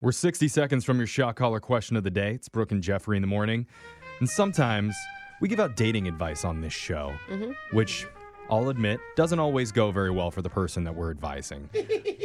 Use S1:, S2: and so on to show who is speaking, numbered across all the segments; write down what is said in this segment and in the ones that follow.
S1: We're 60 seconds from your shot caller question of the day. It's Brooke and Jeffrey in the morning. And sometimes we give out dating advice on this show, which I'll admit doesn't always go very well for the person that we're advising.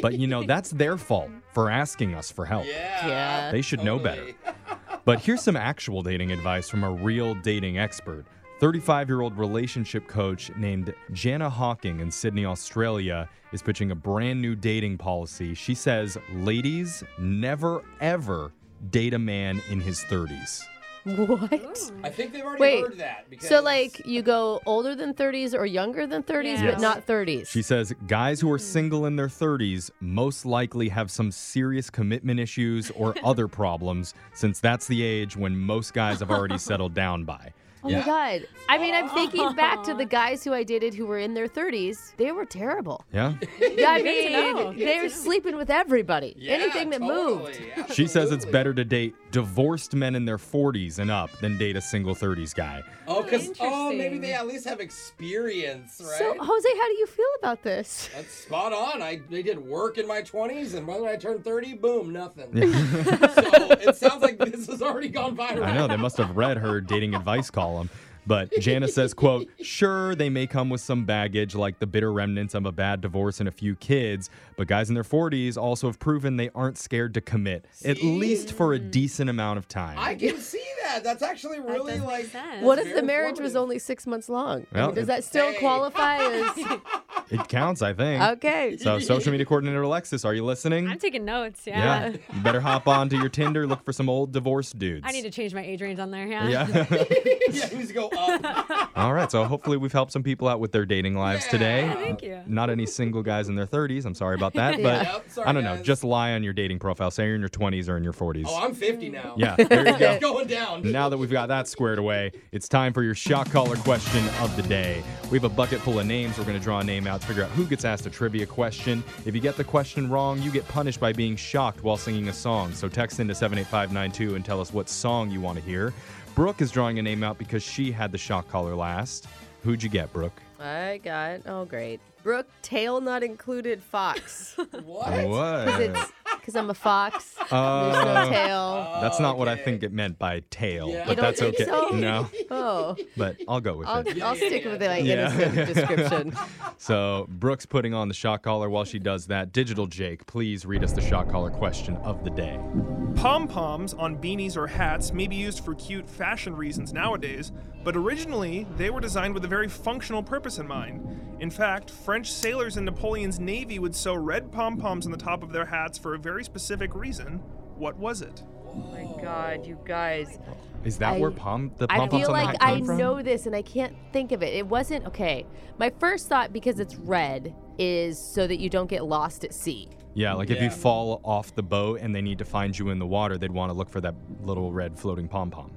S1: but you know, that's their fault for asking us for help.
S2: Yeah.
S1: They should know better. But here's some actual dating advice from a real dating expert. 35 year old relationship coach named Jana Hawking in Sydney, Australia, is pitching a brand new dating policy. She says, Ladies, never ever date a man in his 30s.
S2: What?
S3: I think they've already
S2: Wait,
S3: heard that. Because
S2: So like you go older than 30s or younger than 30s,
S1: Yeah.
S2: but not 30s.
S1: She says, Guys who are single in their 30s most likely have some serious commitment issues or other problems, since that's the age when most guys have already settled down by.
S2: oh my
S3: Yeah.
S2: god. I mean, I'm thinking back to the guys who I dated who were in their 30s. They were terrible.
S1: Yeah?
S2: Yeah, I
S4: Good to know.
S2: mean,
S4: Good
S2: they're
S4: to know.
S2: sleeping with everybody.
S3: Yeah,
S2: Anything that
S3: totally.
S2: moved.
S1: She says it's
S3: Absolutely.
S1: better to date divorced men in their 40s and up than date a single 30s guy.
S3: Oh, because oh, maybe
S4: Interesting.
S3: they at least have experience, right?
S2: So, Jose, how do you feel about this?
S3: That's spot on. I they did work in my twenties, and when I turned thirty, boom, nothing. so it sounds like this has already gone viral.
S1: I know they must have read her dating advice column. But Jana says, quote, sure, they may come with some baggage like the bitter remnants of a bad divorce and a few kids, but guys in their 40s also have proven they aren't scared to commit, at
S3: See?
S1: least for a decent amount of time.
S3: I can see that. That's actually really
S4: does make
S3: like.
S4: sense.
S2: What
S3: that's
S2: if
S3: very
S2: the marriage was
S3: informative.
S2: only six months long? I
S1: Well,
S2: mean, does
S1: it-
S2: that still
S3: Hey.
S2: qualify as
S1: it counts, I think.
S2: okay?
S1: So, social media coordinator Alexis, are you listening?
S4: I'm taking notes. Yeah.
S1: yeah. You better hop on to your Tinder, look for some old divorced dudes.
S4: I need to change my age range on there. Yeah.
S1: Yeah.
S3: yeah, who's go up?
S1: All right, so hopefully we've helped some people out with their dating lives
S3: Yeah.
S1: today.
S3: Yeah,
S4: thank you.
S1: Not any single guys in their 30s. I'm sorry about that, but
S3: Yep, sorry,
S1: I don't know.
S3: guys.
S1: Just lie on your dating profile. Say you're in your 20s or in your 40s.
S3: Oh, I'm fifty now.
S1: yeah, there you go.
S3: it's going down.
S1: Now that we've got that squared away, it's time for your shock collar question of the day. We have a bucket full of names. We're going to draw a name out to figure out who gets asked a trivia question. If you get the question wrong, you get punished by being shocked while singing a song. So text into 78592 and tell us what song you want to hear. Brooke is drawing a name out because she had the shock collar last. Who'd you get, Brooke?
S2: I got oh great. Brooke tail not included fox.
S3: What?
S1: What?
S2: Because I'm a fox. There's no
S1: Uh,
S2: tail.
S1: that's not what I
S3: Oh. Okay.
S1: think it meant by tail,
S3: Yeah.
S1: but
S3: You don't
S1: that's
S2: think
S1: okay.
S2: so?
S1: No,
S2: Oh,
S1: but I'll go with
S2: I'll,
S1: it.
S2: I'll
S3: yeah,
S2: stick with
S3: yeah.
S2: my
S1: Yeah.
S2: innocent description.
S1: So Brooke's putting on the shock collar while she does that. Digital Jake, please read us the shock collar question of the day.
S5: Pom poms on beanies or hats may be used for cute fashion reasons nowadays, but originally they were designed with a very functional purpose in mind. In fact, French sailors in Napoleon's navy would sew red pom poms on the top of their hats for a very specific reason. What was it?
S2: Oh my God, you guys.
S1: Is that
S2: I-
S1: where pom the
S2: I
S1: pom poms
S2: feel
S1: on the
S2: like
S1: hat
S2: I
S1: came from?
S2: know this and I can't think of it. It wasn't okay. My first thought, because it's red, is so that you don't get lost at sea.
S1: Yeah, like if you
S3: Yeah.
S1: fall off the boat and they need to find you in the water, they'd want to look for that little red floating pom pom.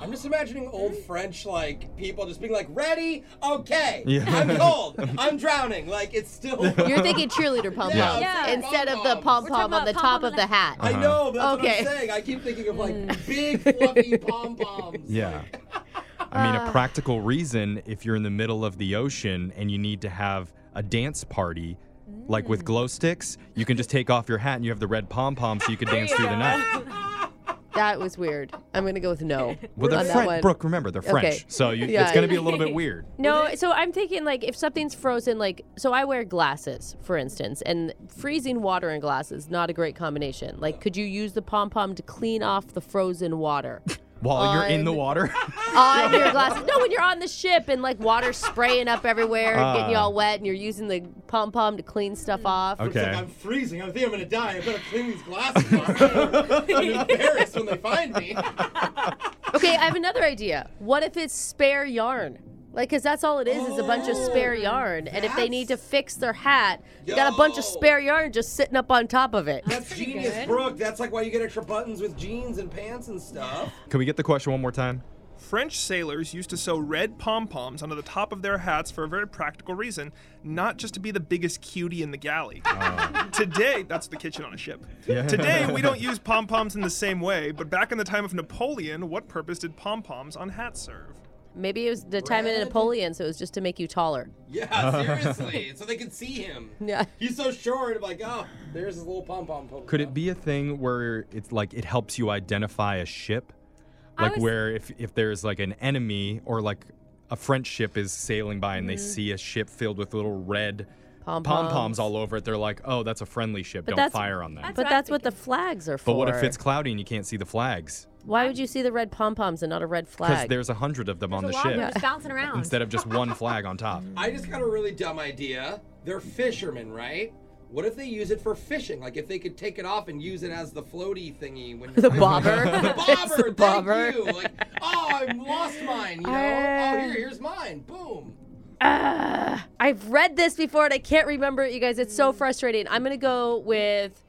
S3: I'm just imagining old French like people just being like, "Ready? Okay.
S1: Yeah.
S3: I'm cold. I'm drowning. Like it's still."
S2: You're thinking cheerleader pom pom
S1: Yeah.
S4: Yeah.
S2: instead of the pom
S3: Pom-poms.
S4: We're talking
S2: pom on
S4: about
S2: the top
S4: pom-pom
S2: of the hat.
S3: I know. That's
S2: Okay. Hmm.
S3: what I'm saying. I keep thinking of like big fluffy pom poms.
S1: Yeah. I mean,
S2: uh,
S1: a practical reason if you're in the middle of the ocean and you need to have a dance party, like
S2: Mm.
S1: with glow sticks, you can just take off your hat and you have the red pom pom so you could dance through the night.
S2: That was weird. I'm gonna go with no.
S1: Well, they're
S2: on that one.
S1: French. Brooke, remember, they're French. So you,
S2: Yeah.
S1: it's going to be a little bit weird.
S2: No, so I'm thinking like if something's frozen, like so I wear glasses, for instance, and freezing water and glasses not a great combination. Like, could you use the pom pom to clean off the frozen water
S1: While you're in the
S2: On-
S1: water.
S2: on your glasses? No, when you're on the ship and like water spraying up everywhere, getting you
S1: Ah. Mm.
S2: all wet, and you're using the pom pom to clean stuff off.
S3: It's like,
S1: Okay.
S3: I'm freezing. I think I'm gonna die. I better clean these glasses. off. I'm embarrassed when they find me.
S2: Okay, I have another idea. What if it's spare yarn? Like, cause that's all it is, is a bunch of
S4: Oh,
S2: spare yarn. And if they need to fix their hat, they got a bunch of
S3: Yo.
S2: spare yarn just sitting up on top of
S4: Uh,
S2: it.
S3: That's genius,
S4: good.
S3: Brooke. That's like why you get extra buttons with jeans and pants and stuff.
S1: Can we get the question one more time?
S5: French sailors used to sew red pom poms onto the top of their hats for a very practical reason, not just to be the biggest cutie in the galley. Today, that's the kitchen on a ship. Today, we don't use pom poms in the same way, but back in the time of Napoleon, what purpose did pom poms on hats serve?
S2: Maybe it was the time in
S3: Red.
S2: Napoleon, so it was just to make you taller.
S3: Yeah, seriously. so they could see him.
S2: Yeah.
S3: He's so short. Like, oh, there's his little pom pom pom.
S1: Could it be a thing where it's like it helps you identify a ship?
S4: I
S1: Like
S4: was-
S1: where if if there's like an enemy or like a French ship is sailing by and they see a ship filled with little red pom poms
S2: Mm-hmm. Pom-poms.
S1: all over it, they're like, "Oh, that's a friendly ship. Don't
S2: that's-
S1: fire on them."
S4: that's-
S2: But
S4: what I'm
S2: that's what the flags are for.
S1: but what if it's cloudy and you can't see the flags?
S2: Why would you see the red pom poms and not a red
S1: Because
S2: flag?
S1: there's a hundred of them on
S4: There's
S1: the
S4: a lot of
S1: ship
S4: them just bouncing around.
S1: instead of just one flag on top.
S3: I just got a really dumb idea. They're fishermen, right? What if they use it for fishing? Like if they could take it off and use it as the floaty thingy when
S2: The bobber.
S3: the bobber,
S2: It's the
S3: thank
S2: bobber. Uh,
S3: you. Like, oh, I lost mine. You know, oh here, here's mine. Boom.
S2: I've read this before and I can't remember it, you guys. It's
S3: Hmm.
S2: so frustrating. I'm gonna go with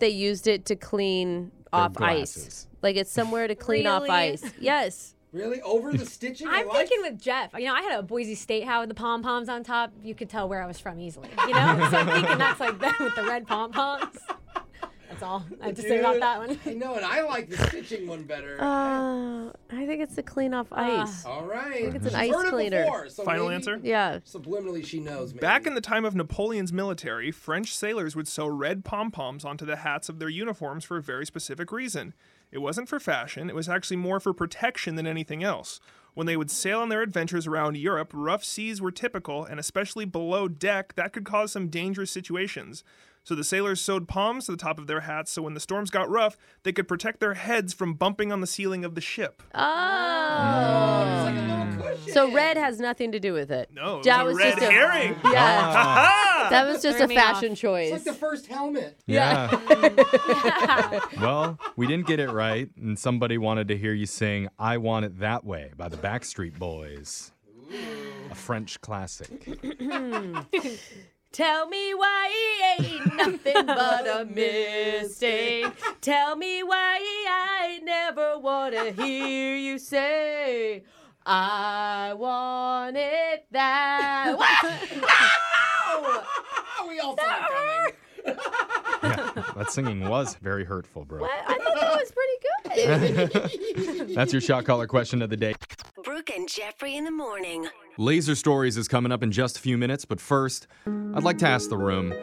S2: they used it to clean off ice.
S1: glasses.
S2: Like it's somewhere to clean off
S4: Really?
S2: ice. Yes.
S3: Really, over the stitching. I
S4: I'm
S3: like
S4: thinking with Jeff. You know, I had a Boise State hat with the pom poms on top. You could tell where I was from easily. You know, so I'm thinking that's like that with the red pom poms. That's all I have to say about
S3: Dude,
S4: that one.
S3: I know, and I like the stitching one better.
S2: Uh, I think it's to clean off
S4: Ah.
S2: ice.
S3: All right.
S2: it's an
S3: She's
S2: ice
S3: heard it
S2: cleaner.
S3: before, so
S5: Final
S3: maybe
S5: answer?
S2: yeah.
S3: Subliminally, she knows. Maybe.
S5: Back in the time of Napoleon's military, French sailors would sew red pom poms onto the hats of their uniforms for a very specific reason. It wasn't for fashion, it was actually more for protection than anything else. When they would sail on their adventures around Europe, rough seas were typical, and especially below deck, that could cause some dangerous situations. So the sailors sewed palms to the top of their hats so when the storms got rough, they could protect their heads from bumping on the ceiling of the ship.
S2: Oh.
S3: It's like a little cushion.
S2: So red has nothing to do with it.
S5: No, it
S2: that
S5: was
S2: was
S5: a red
S2: just a
S5: herring.
S2: Yeah.
S5: Ah!
S2: That was just
S4: Threw
S2: a
S4: me off.
S2: fashion
S3: It's
S2: choice.
S3: like the first helmet.
S1: Yeah. well, we didn't get it right, and somebody wanted to hear you sing I Want It That Way by the Backstreet Boys. A French classic.
S2: Tell me why he ain't nothing but a mistake. Tell me why I never want to hear you say, I want it that way.
S3: Oh, we all saw it coming.
S1: That singing was very hurtful, bro.
S2: I thought that was pretty good.
S1: That's your shot caller question of the day.
S6: Brooke and Jeffrey in the morning.
S1: Laser Stories is coming up in just a few minutes, but first, I'd like to ask the room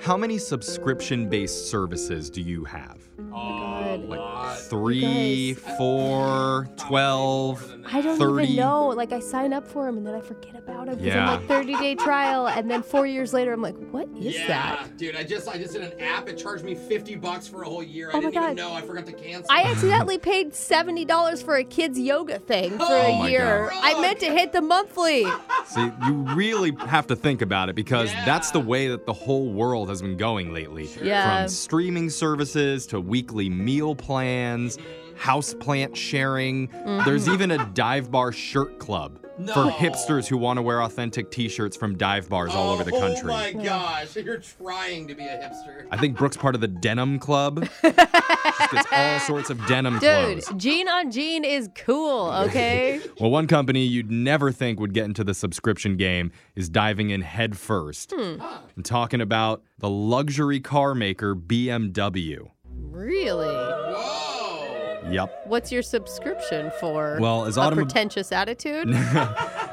S1: how many subscription based services do you have?
S3: Oh,
S1: Like three, four, twelve.
S2: uh, I don't
S1: 30.
S2: even know. Like, I sign up for him and then I forget about him because
S1: Yeah.
S2: I'm like 30 day trial. And then four years later, I'm like, what is
S3: yeah,
S2: that?
S3: dude. I just I just did an app. It charged me fifty bucks for a whole year. I
S2: Oh my
S3: didn't even
S2: God.
S3: know. I forgot to cancel.
S2: I accidentally paid seventy dollars for a kids yoga thing for
S3: Oh
S1: my
S2: a year.
S3: God.
S2: I meant to hit the monthly.
S1: See, you really have to think about it because that's the
S3: Yeah.
S1: way that the whole world has been going lately.
S2: Yeah.
S1: From streaming services to weekly meal plans, house plant sharing.
S2: Mm-hmm.
S1: There's even a dive bar shirt club for
S3: No.
S1: hipsters who want to wear authentic t-shirts from dive bars all over the
S3: Oh,
S1: country.
S3: Oh my gosh, you're trying to be a hipster.
S1: I think Brooke's part of the denim club. She gets all sorts of denim
S2: Dude,
S1: clothes.
S2: Jean on Jean is cool, okay?
S1: Well, one company you'd never think would get into the subscription game is diving in headfirst.
S2: Hmm.
S1: I'm talking about the luxury car maker BMW.
S2: really?
S3: Whoa.
S1: Yep.
S2: What's your subscription for?
S1: Well, as
S2: a
S1: automo-
S2: pretentious attitude?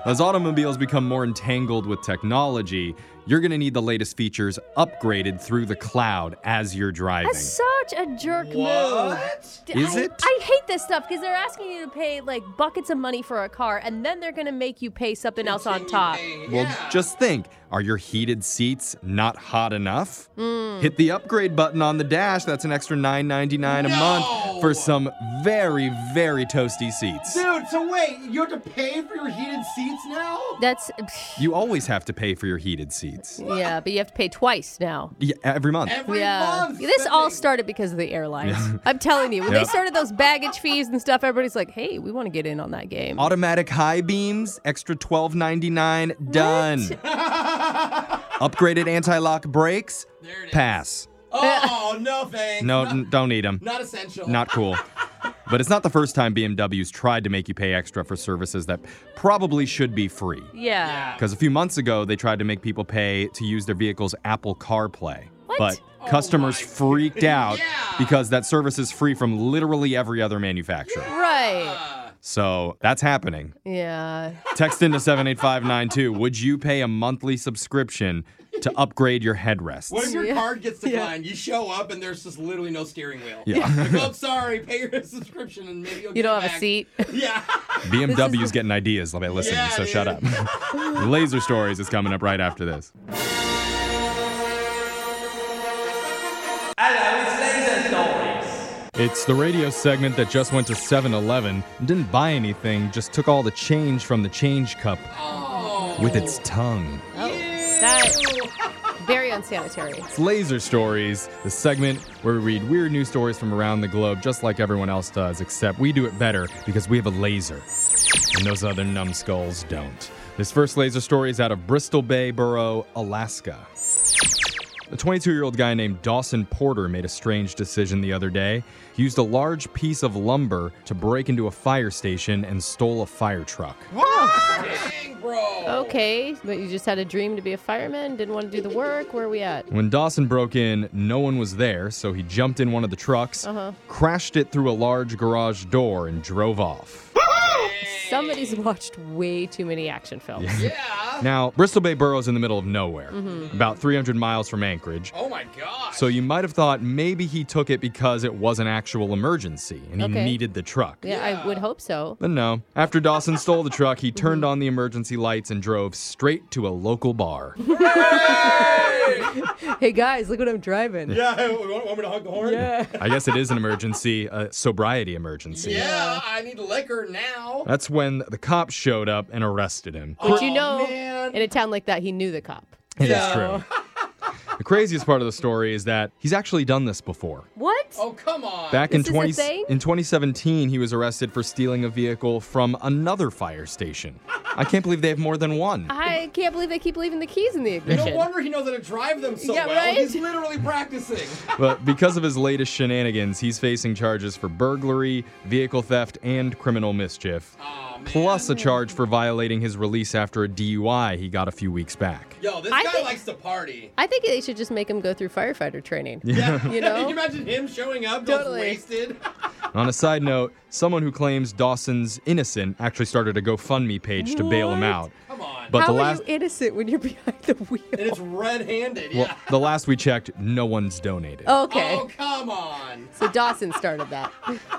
S1: As automobiles become more entangled with technology, you're going to need the latest features upgraded through the cloud as you're driving.
S7: That's such a jerk move.
S3: What?
S7: D-
S1: Is
S7: I,
S1: it?
S7: I hate this stuff because they're asking you to pay like buckets of money for a car and then they're going to make you pay something else on top.
S3: Hey,
S1: Well,
S3: yeah.
S1: just think are your heated seats not hot enough?
S2: Hmm.
S1: Hit the upgrade button on the dash. That's an extra $9.99 a month for
S3: No!
S1: some very, very toasty seats.
S3: Dude, so wait, you have to pay for your heated seats now?
S2: That's
S1: You always have to pay for your heated seats
S2: yeah, but you have to pay twice now.
S1: yeah, every month.
S3: Every
S2: yeah.
S3: month.
S2: This all
S3: spending-
S2: started because of the airlines. I'm telling you, when
S1: Yeah.
S2: they started those baggage fees and stuff, everybody's like, hey, we want to get in on that game.
S1: Automatic high beams, extra twelve ninety nine. Done. Upgraded anti lock brakes.
S3: There it is.
S1: Pass.
S3: Oh no, thanks.
S1: No,
S3: not,
S1: n- don't need them.
S3: not essential.
S1: Not cool. But it's not the first time BMW's tried to make you pay extra for services that probably should be free.
S2: yeah.
S1: Because a few months ago, they tried to make people pay to use their vehicle's Apple CarPlay. But customers
S3: Oh my
S1: freaked out
S3: Yeah.
S1: because that service is free from literally every other manufacturer.
S2: Right.
S3: Ah,
S1: So that's happening.
S2: Yeah.
S1: Text into 78592. Would you pay a monthly subscription to upgrade your headrests?
S3: What if your card gets declined? You show up and there's just literally no steering wheel.
S1: Yeah.
S3: Like, oh, I'm sorry. Pay your subscription and maybe you'll get
S2: You
S3: it
S2: don't have a
S3: back.
S2: seat.
S3: Yeah.
S1: BMW's getting ideas by listening,
S3: Yeah,
S1: so
S3: dude.
S1: shut up. Laser Stories is coming up right after this. It's the radio segment that just went to 7 Eleven and didn't buy anything, just took all the change from the change cup with its tongue.
S2: Oh, that very unsanitary.
S1: It's Laser Stories, the segment where we read weird news stories from around the globe, just like everyone else does, except we do it better because we have a laser. And those other numbskulls don't. This first laser story is out of Bristol Bay Borough, Alaska. A 22 year old guy named Dawson Porter made a strange decision the other day. He used a large piece of lumber to break into a fire station and stole a fire truck.
S3: Dang, bro.
S2: Okay, but you just had a dream to be a fireman, didn't want to do the work. Where are we at?
S1: When Dawson broke in, no one was there, so he jumped in one of the trucks,
S2: Uh-huh.
S1: crashed it through a large garage door, and drove off.
S2: Somebody's watched way too many action films.
S3: Yeah. Mm-hmm.
S1: Now, Bristol Bay Borough is in the middle of nowhere,
S2: Mm-hmm.
S1: about 300 miles from Anchorage.
S3: Oh my gosh.
S1: So you might have thought maybe he took it because it was an actual emergency and he
S2: Okay.
S1: needed the truck.
S2: Yeah, I would hope so.
S1: But no. After Dawson stole the truck, he
S3: Mm-hmm.
S1: turned on the emergency lights and drove straight to a local bar.
S2: Hey guys, look what I'm driving.
S3: Yeah. hey, Want, want me to hug the horn?
S1: I guess it is an emergency, a sobriety emergency.
S3: Yeah. I need liquor now.
S1: That's when the cops showed up and arrested him.
S2: But you
S3: Aw,
S2: know,
S3: man.
S2: in a town like that, he knew the cop.
S1: It is
S3: Yeah.
S1: true. The craziest part of the story is that he's actually done this before.
S2: What?
S3: Oh come on.
S1: Back
S2: This
S1: in
S2: is a
S1: 20
S2: thing?
S1: in 2017, he was arrested for stealing a vehicle from another fire station. I can't believe they have more than one.
S2: I can't believe they keep leaving the keys in the
S3: No
S2: ignition.
S3: wonder he knows how to drive them so
S2: Yeah,
S3: well.
S2: right?
S3: He's literally practicing.
S1: But because of his latest shenanigans, he's facing charges for burglary, vehicle theft, and criminal mischief,
S3: Aw, man.
S1: plus a charge for violating his release after a DUI he got a few weeks back.
S3: Yo, this
S2: I
S3: guy
S2: think-
S3: likes to party.
S2: I think they should just make him go through firefighter training.
S3: Yeah.
S2: You know?
S3: Can you imagine him showing up just
S2: Totally.
S3: wasted?
S1: On a side note, someone who claims Dawson's innocent actually started a GoFundMe page to bail him out.
S3: Come on.
S1: But
S2: How
S1: the
S2: are
S1: last
S2: you innocent when you're behind the
S3: and
S2: wheel?
S3: it's red-handed.
S1: Well,
S3: yeah.
S1: the last we checked, no one's donated.
S2: Okay.
S3: Oh come on.
S2: So Dawson started that.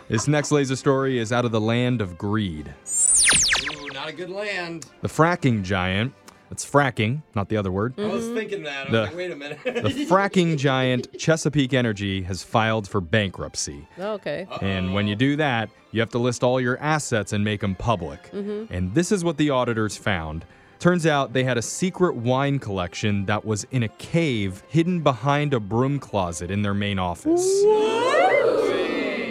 S1: This next laser story is out of the land of greed.
S3: Ooh, not a good land.
S1: The fracking giant, that's fracking, not the other word.
S3: I
S2: Mm-hmm.
S3: was thinking that. I was
S1: The-
S3: like, wait a minute.
S1: The fracking giant Chesapeake Energy has filed for bankruptcy.
S2: Oh, Okay.
S1: And when you do that, you have to list all your assets and make them public.
S2: Mm. Mm-hmm.
S1: And this is what the auditors found. Turns out they had a secret wine collection that was in a cave hidden behind a broom closet in their main office.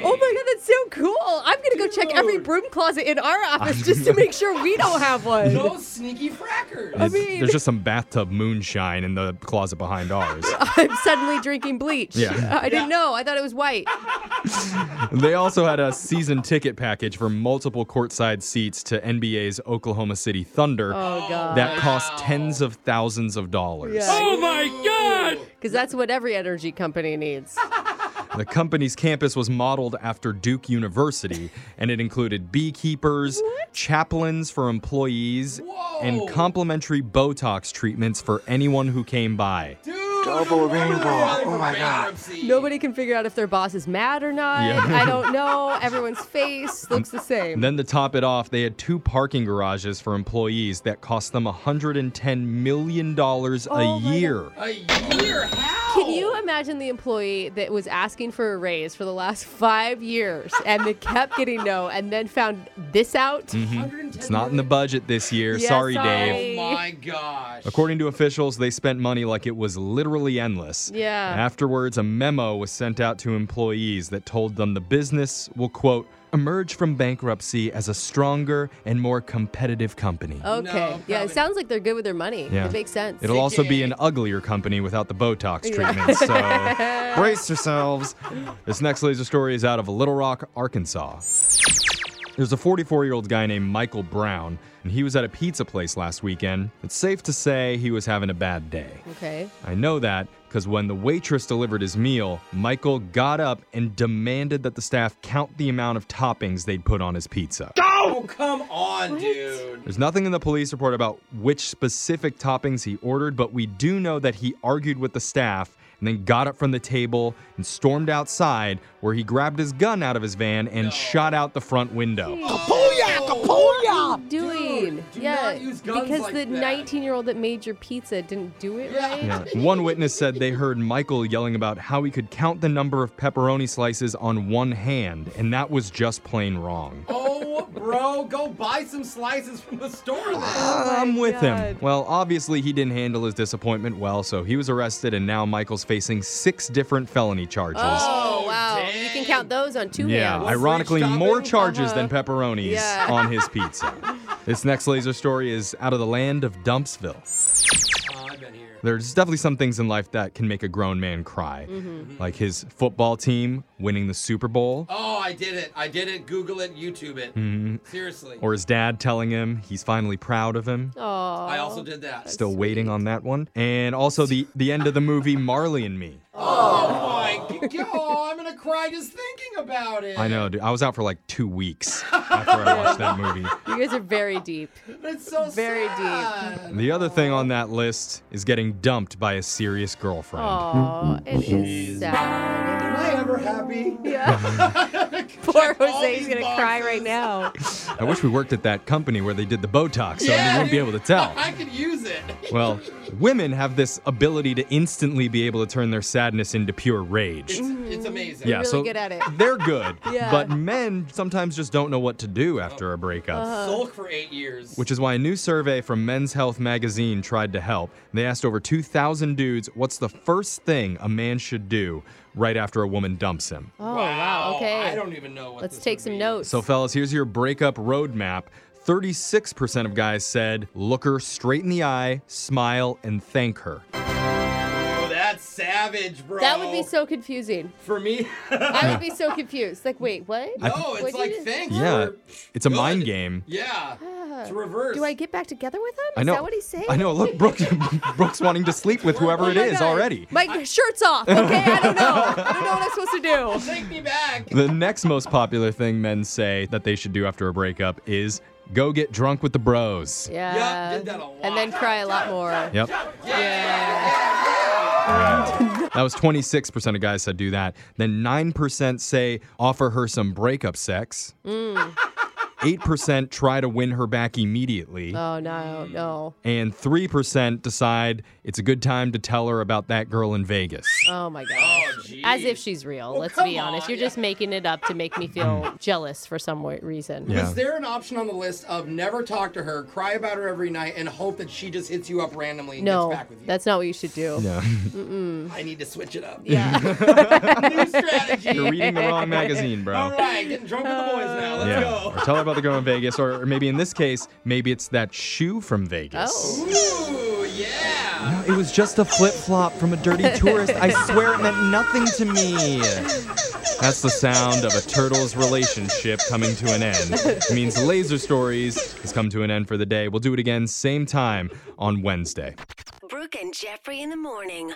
S2: Oh my god, that's so cool! I'm gonna go check every broom closet in our office just to make sure we don't have one.
S3: Those sneaky frackers.
S1: It's- There's just some bathtub moonshine in the closet behind ours.
S2: I'm suddenly drinking bleach.
S1: Yeah.
S2: I didn't know. I thought it was white.
S1: they also had a season ticket package for multiple courtside seats to NBA's Oklahoma City Thunder
S2: Oh god.
S1: that cost tens of thousands of dollars.
S2: Yeah.
S3: Oh, my god.
S2: Because that's what every energy company needs.
S1: The company's campus was modeled after Duke University, and it included beekeepers, chaplains for employees,
S3: Whoa.
S1: and complimentary Botox treatments for anyone who came by.
S3: Dude, Double rainbow. Oh my god.
S2: Nobody can figure out if their boss is mad or not.
S1: Yeah.
S2: I don't know. Everyone's face looks the same.
S1: And then to top it off, they had two parking garages for employees that cost them $110 million
S3: Oh
S1: a year.
S3: A year? How?
S2: Oh, Can you imagine the employee that was asking for a raise for the last five years and they kept getting no and then found this out?
S1: Mm-hmm. It's not in the budget this year.
S2: Yeah,
S1: sorry,
S2: sorry.
S1: Dave.
S3: Oh my gosh.
S1: According to officials, they spent money like it was literally endless.
S2: Yeah.
S1: Afterwards, a memo was sent out to employees that told them the business will, quote, emerge from bankruptcy as a stronger and more competitive company.
S2: Okay. yeah,
S3: probably.
S2: it sounds like they're good with their money.
S1: Yeah.
S2: Oh, It makes sense.
S1: It'll also be an uglier company without the Botox treatment, so brace yourselves. This next laser story is out of Little Rock, Arkansas. There's a 44 year old guy named Michael Brown, and he was at a pizza place last weekend. It's safe to say he was having a bad day.
S2: okay.
S1: I know that because when the waitress delivered his meal, Michael got up and demanded that the staff count the amount of toppings they'd put on his pizza.
S3: Oh, come on, dude.
S1: There's nothing in the police report about which specific toppings he ordered, but we do know that he argued with the staff and then got up from the table and stormed outside, where he grabbed his gun out of his van and shot out the front window.
S2: doing?
S3: Dude, do
S2: yeah,
S3: not use guns
S2: because
S3: like
S2: the
S3: that.
S2: 19-year-old that made your pizza didn't do it
S3: Yeah.
S2: right.
S1: Yeah. One witness said they heard Michael yelling about how he could count the number of pepperoni slices on one hand, and that was just plain wrong.
S3: Oh, bro, go buy some slices from the store then.
S1: I'm with him. Well, obviously, he didn't handle his disappointment well, so he was arrested, and now Michael's facing six different felony charges.
S2: Oh wow, you can count those on two
S1: Yeah,
S2: hands. Uh-huh.
S1: ironically,
S3: French
S1: more
S3: topping?
S1: charges than pepperonis
S2: Yeah.
S1: on his pizza. this next laser story is out of the land of Dumpsville.
S3: Oh, I've been here.
S1: There's definitely some things in life that can make a grown man cry,
S2: Mm-hmm.
S1: like his football team winning the Super Bowl,
S3: Oh, I did it. I did it. Google it, YouTube it. Seriously.
S1: Mm-hmm. or his dad telling him he's finally proud of
S2: Oh,
S1: him.
S2: Aw.
S3: I also did that.
S1: Still waiting on that one. And also the, the end of the movie Marley and Me.
S3: Oh, my g- oh, I'm gonna cry just thinking about it.
S1: I know, dude. I was out for like two weeks after I watched that movie.
S2: You guys are very deep.
S3: But it's so
S2: Very deep.
S3: sad.
S1: The other thing on that list is getting dumped by a serious girlfriend.
S2: Aw, it is sad.
S3: Am I ever happy?
S2: Poor
S3: Check all
S2: Jose's
S3: these
S2: gonna cry
S3: boxes.
S2: right now.
S1: I wish we worked at that company where they did the Botox, so
S3: Yeah,
S1: you wouldn't be
S3: dude.
S1: able to tell.
S3: I could use it.
S1: Well, women have this ability to instantly be able to turn their sadness into pure rage.
S3: It's amazing.
S2: Mm-hmm.
S1: Yeah,
S2: really
S1: so
S2: good at it.
S1: they're good,
S2: Yeah.
S1: but men sometimes just don't know what to do after a breakup.
S2: Uh-huh.
S3: Sulk for eight years.
S1: Which is why a new survey from Men's Health magazine tried to help. They asked over 2,000 dudes what's the first thing a man should do right after a woman dumps him.
S2: Oh wow. Okay.
S3: I don't even know what
S2: Let's
S3: this
S2: take
S3: would
S2: some
S3: be.
S2: notes.
S1: So, fellas, here's your breakup roadmap. 36% of guys said, look her straight in the eye, smile, and thank her.
S3: Oh, that's savage, bro.
S2: that would be so confusing.
S3: For me,
S2: I would be so confused. Like, wait, what?
S3: no, it's
S2: What'd you
S3: like
S2: do?
S3: thanks.
S1: Yeah,
S3: for-
S1: it's a
S3: Good.
S1: mind game.
S3: Yeah. It's reverse.
S2: Do I get back together with him? Is
S1: I know.
S2: that what he's saying?
S1: I know. Look, Brooks, Brooks wanting to sleep with whoever it
S2: my
S1: is
S2: God.
S1: already.
S2: My shirt's off. Okay, I don't know. I don't know what I'm supposed to do.
S3: Take me back.
S1: The next most popular thing men say that they should do after a breakup is go get drunk with the bros.
S2: Yeah.
S3: did that a lot.
S2: And then cry a lot more.
S1: Yep. That was 26% of guys said do that. Then 9% say offer her some breakup sex. Mm. 8% try to win her back immediately.
S2: Oh no, no.
S1: and 3% decide it's a good time to tell her about that girl in Vegas.
S2: Oh my
S3: Oh,
S2: gosh.
S3: jeez.
S2: As if she's real. let's
S3: come
S2: be honest.
S3: on,
S2: You're just making it up to make me feel jealous for some wa- reason.
S1: Mm. Yeah.
S3: Is there an option on the list of never talk to her, cry about her every night, and hope that she just hits you up randomly and
S2: No,
S3: gets back with you?
S2: that's not what you should do.
S1: No.
S3: I need to switch it up.
S2: Yeah.
S3: New strategy.
S1: You're reading the wrong magazine, bro.
S3: All right, getting drunk with the boys now. Let's
S1: Yeah.
S3: go.
S1: Or tell her about the girl in Vegas, or, or maybe in this case, maybe it's that shoe from Vegas.
S2: Oh.
S3: Ooh, yeah.
S1: It was just a flip flop from a dirty tourist. I swear it meant nothing to me. That's the sound of a turtle's relationship coming to an end. It means Laser Stories has come to an end for the day. We'll do it again, same time on Wednesday.
S6: Brooke and Jeffrey in the morning.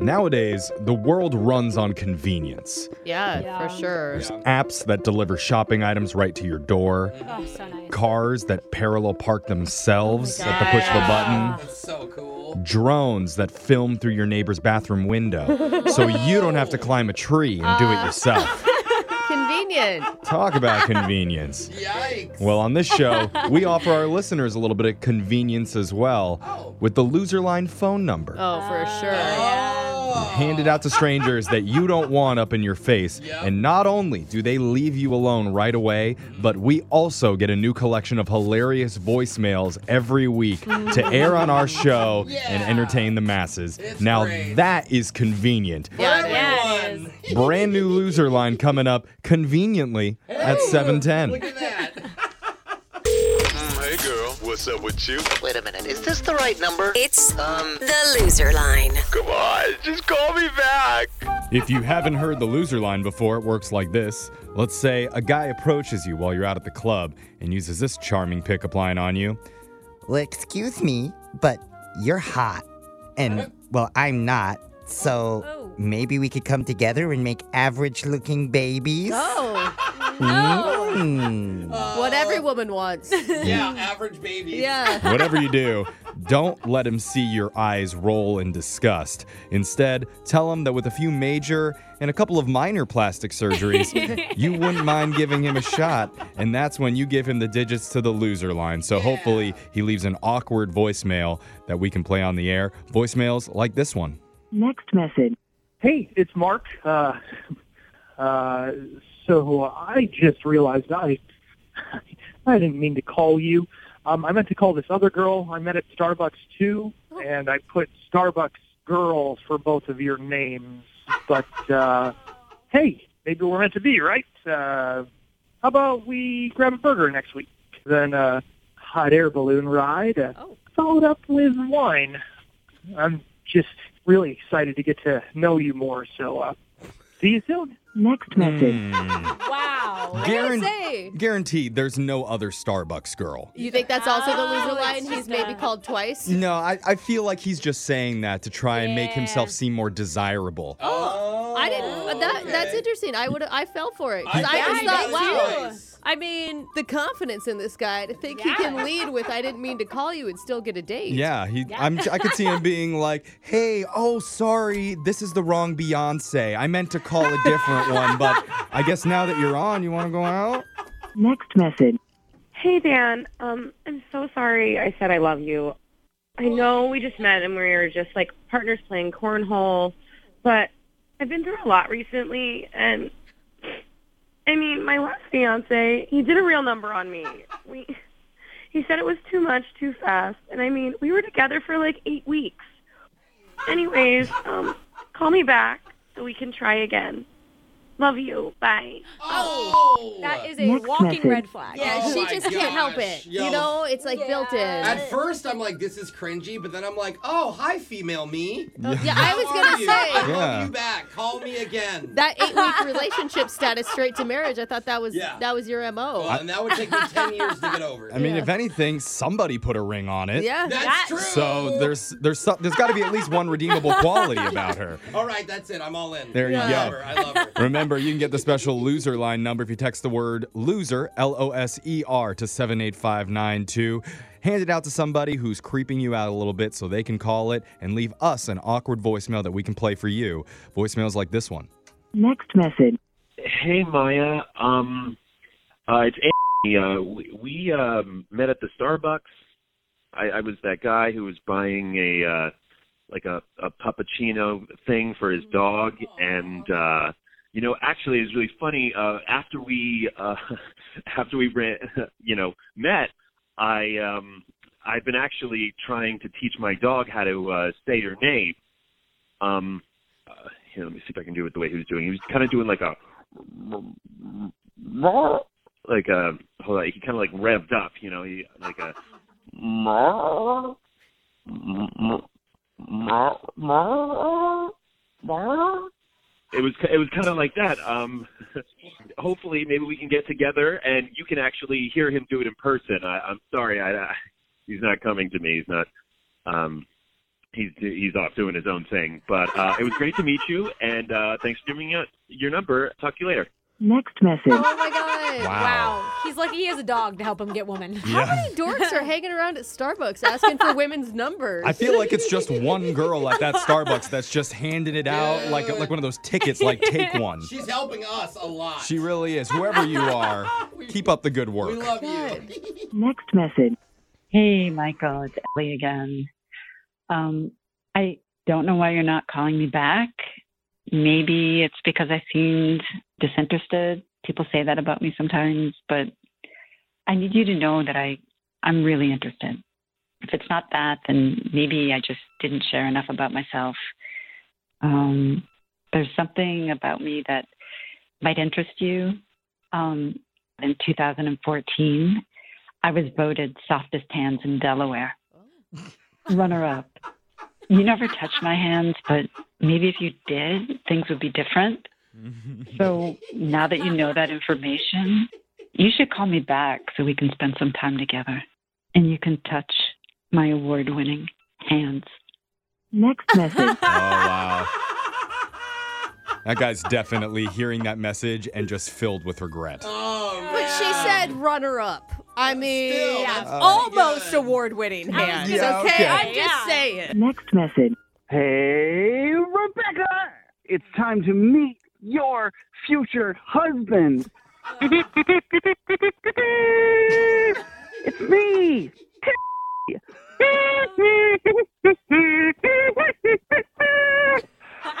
S1: Nowadays, the world runs on convenience.
S2: yeah,
S4: Yeah.
S2: for sure.
S1: Apps that deliver shopping items right to your door,
S4: Oh, so nice.
S1: cars that parallel park themselves at the push of a button.
S3: That's so cool.
S1: drones that film through your neighbor's bathroom window so you don't have to climb a tree and do
S4: Ah.
S1: it yourself.
S2: Convenient.
S1: Talk about convenience.
S3: Yikes.
S1: Well, on this show, we offer our listeners a little bit of convenience as well with the loser line phone number.
S2: Oh, for
S4: Uh,
S2: sure.
S3: Oh.
S1: Handed out to strangers that you don't want up in your face.
S3: Yep.
S1: And not only do they leave you alone right away, but we also get a new collection of hilarious voicemails every week to air on our show and
S3: Yeah.
S1: entertain the masses.
S3: It's
S1: now,
S3: great.
S1: that is convenient.
S2: Yeah,
S4: Yeah, it
S3: Everyone.
S1: Brand new loser line coming up conveniently at 710.
S3: Look at that.
S8: Hey girl, what's up with you?
S9: Wait a minute, is this the right number?
S6: It's
S9: Um,
S6: the loser line.
S8: Come on, just call me back.
S1: If you haven't heard the loser line before, it works like this. Let's say a guy approaches you while you're out at the club and uses this charming pickup line on you.
S9: well, excuse me, but you're hot. And, well, I'm not.
S10: So
S4: Oh.
S10: maybe we could come together and make average looking babies.
S2: Oh,
S10: Mm.
S2: what every woman wants.
S3: Uh, Yeah, average babies.
S2: Yeah.
S1: Whatever you do, don't let him see your eyes roll in disgust. Instead, tell him that with a few major and a couple of minor plastic surgeries, you wouldn't mind giving him a shot. And that's when you give him the digits to the loser line. So hopefully, he leaves an awkward voicemail that we can play on the air. Voicemails like this one.
S11: Next message.
S12: Hey, it's Mark. Uh, uh, so I just realized I I didn't mean to call you. Um, I meant to call this other girl I met at Starbucks too, and I put Starbucks girl for both of your names. But uh, hey, maybe we're meant to be, right? Uh, how about we grab a burger next week? Then a hot air balloon ride, uh, followed up with wine. I'm just really excited to get to know you more. So uh, see you soon. Next
S2: Mm.
S1: Hmm.
S4: Wow.
S1: Guaran-
S2: say?
S1: guaranteed there's no other Starbucks girl.
S2: You think that's also the loser line?
S4: Oh, it's
S2: He's
S4: just
S2: maybe
S4: a-
S2: called twice.
S3: Oh.
S1: No, I, I feel like he's just saying that to try and make himself seem more desirable.
S3: Oh,
S2: I didn't. but That that's interesting. I would. I fell for it 'cause
S3: I
S2: I, just
S3: think
S2: thought,
S3: I
S2: wow.
S3: did too.
S2: I mean, the confidence in this guy to think he can lead with "I didn't mean to call you" and still get a date.
S1: Yeah, he. I'm, I could see him being like, "Hey, oh, sorry, this is the wrong Beyonce. I meant to call a different one, but I guess now that you're on, you want to go out."
S11: Next message.
S13: Hey, Dan. Um, I'm so sorry I said I love you. I know we just met and we were just like partners playing cornhole, but I've been through a lot recently. And I mean, my last fiance, he did a real number on me. We, he said it was too much, too fast. And I mean, we were together for like eight weeks. Anyways, um, call me back so we can try again. Love you. Bye.
S4: Oh, that is a
S13: Next
S4: walking
S13: message.
S4: red flag.
S2: Yeah,
S3: Oh
S2: she
S3: my
S2: just can't help
S3: gosh,
S2: it.
S3: yo.
S2: You know, it's like built in.
S3: At first, I'm like, this is cringy, but then I'm like, oh, hi, female me.
S2: Oh, yeah, I was
S3: How
S2: gonna
S3: are you?
S2: say.
S3: I love
S1: Yeah.
S3: you back. Call me again.
S2: That eight-week relationship status straight to marriage. I thought that was
S3: Yeah.
S2: that was your mo.
S3: Well, and that would take me 10 years to get over.
S1: I mean, if anything, somebody put a ring on it.
S2: yeah,
S3: That's true.
S1: So there's there's some, there's got to be at least one redeemable quality about her.
S3: All right, that's it. I'm all in.
S1: There you
S3: I
S1: go.
S3: Love her. I love her.
S1: Remember, you can get the special loser line number if you text the word loser, L O S E R, to 78592. Hand it out to somebody who's creeping you out a little bit so they can call it and leave us an awkward voicemail that we can play for you. Voicemails like this one.
S11: Next message.
S14: Hey Maya, um, uh, it's Anthony. Uh, we we um, met at the Starbucks. I, I was that guy who was buying a uh, like a a puppuccino thing for his dog, and uh, you know, actually, it was really funny. Uh, after we uh, after we ran, you know met, I um, I've been actually trying to teach my dog how to uh, say your name. Um, uh, here, let me see if I can do it the way he was doing. He was kind of doing like a like uh hold on, he kind of like revved up, you know, he like a it was it was kind of like that. Um, hopefully, maybe we can get together and you can actually hear him do it in person. I, I'm sorry, I, I he's not coming to me. He's not. Um, he's he's off doing his own thing. But uh, it was great to meet you, and uh, thanks for giving me your- your number. Talk to you later.
S11: Next message.
S2: Oh my god!
S14: Wow.
S4: He's lucky he has a dog to help him get women.
S1: Yeah.
S2: How many dorks are hanging around at Starbucks asking for women's numbers?
S1: I feel like it's just one girl at that Starbucks that's just handing it out like like one of those tickets, like take one.
S3: She's helping us a lot.
S1: She really is. Whoever you are, keep up the good
S3: We
S1: work.
S3: love you.
S11: Next message.
S15: Hey, Michael, it's Ellie again. Um, I don't know why you're not calling me back. Maybe it's because I seemed disinterested. People say that about me sometimes, but I need you to know that I, I'm really interested. If it's not that, then maybe I just didn't share enough about myself. Um, there's something about me that might interest you. Um, in 2014, I was voted softest hands in Delaware. Runner up. You never touched my hands, but maybe if you did, things would be different. So now that you know that information, you should call me back so we can spend some time together and you can touch my award winning hands.
S11: Next message.
S1: Oh wow. That guy's definitely hearing that message and just filled with regret.
S3: Oh,
S2: But she said runner up. I mean, yeah,
S1: that's
S2: almost award winning hands.
S11: gonna
S2: okay?
S11: say,
S2: I'm just saying.
S11: Next message.
S7: Hey, Rebecca! It's time to meet your future husband. it's me.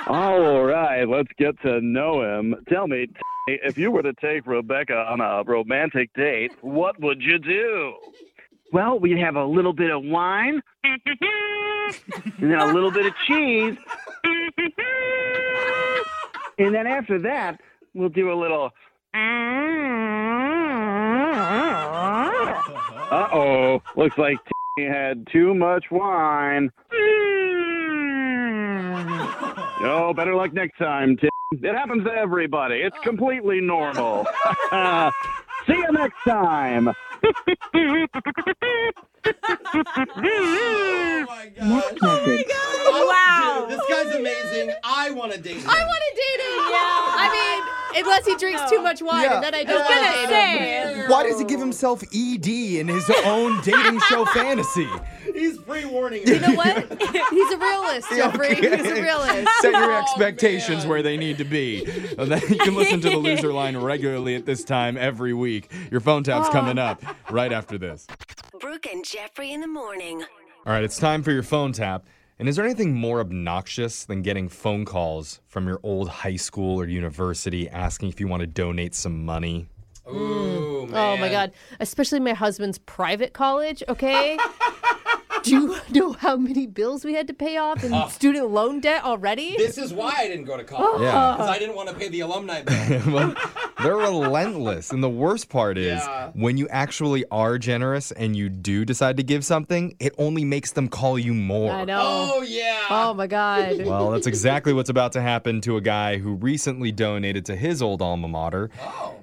S16: All right, let's get to know him. Tell me, t- if you were to take Rebecca on a romantic date, what would you do?
S7: Well, we'd have a little bit of wine and then a little bit of cheese. and then after that, we'll do a little.
S16: Uh oh, looks like t- had too much wine. Oh, better luck next time, Tim. It happens to everybody. It's completely normal. See you next time.
S3: Oh my god! Wow, this guy's amazing. I want to date him.
S2: I want to date him. I mean, unless he drinks too much wine, and then I don't want to date him.
S1: Why does he give himself ED in his own dating show fantasy?
S3: He's pre-warning.
S2: You know what? He's a realist, Jeffrey. He's a realist.
S1: Set your expectations where they need to be. Uh, that- You can listen to the loser line regularly at this time every week. Your phone tap's coming up right after this.
S6: Brooke and Jeffrey in the morning.
S1: All right, it's time for your phone tap. And is there anything more obnoxious than getting phone calls from your old high school or university asking if you want to donate some money?
S3: Ooh,
S2: Oh my god. Especially my husband's private college, okay? Do you know how many bills we had to pay off and student loan debt already?
S3: Oh. This is why I didn't go to college.
S1: Yeah.
S3: Because I didn't want to pay the alumni bill.
S1: Well, they're relentless. And the worst part is when you actually are generous and you do decide to give something, it only makes them call you more.
S2: I know.
S3: Oh yeah.
S2: Oh my god.
S1: Well, that's exactly what's about to happen to a guy who recently donated to his old alma mater.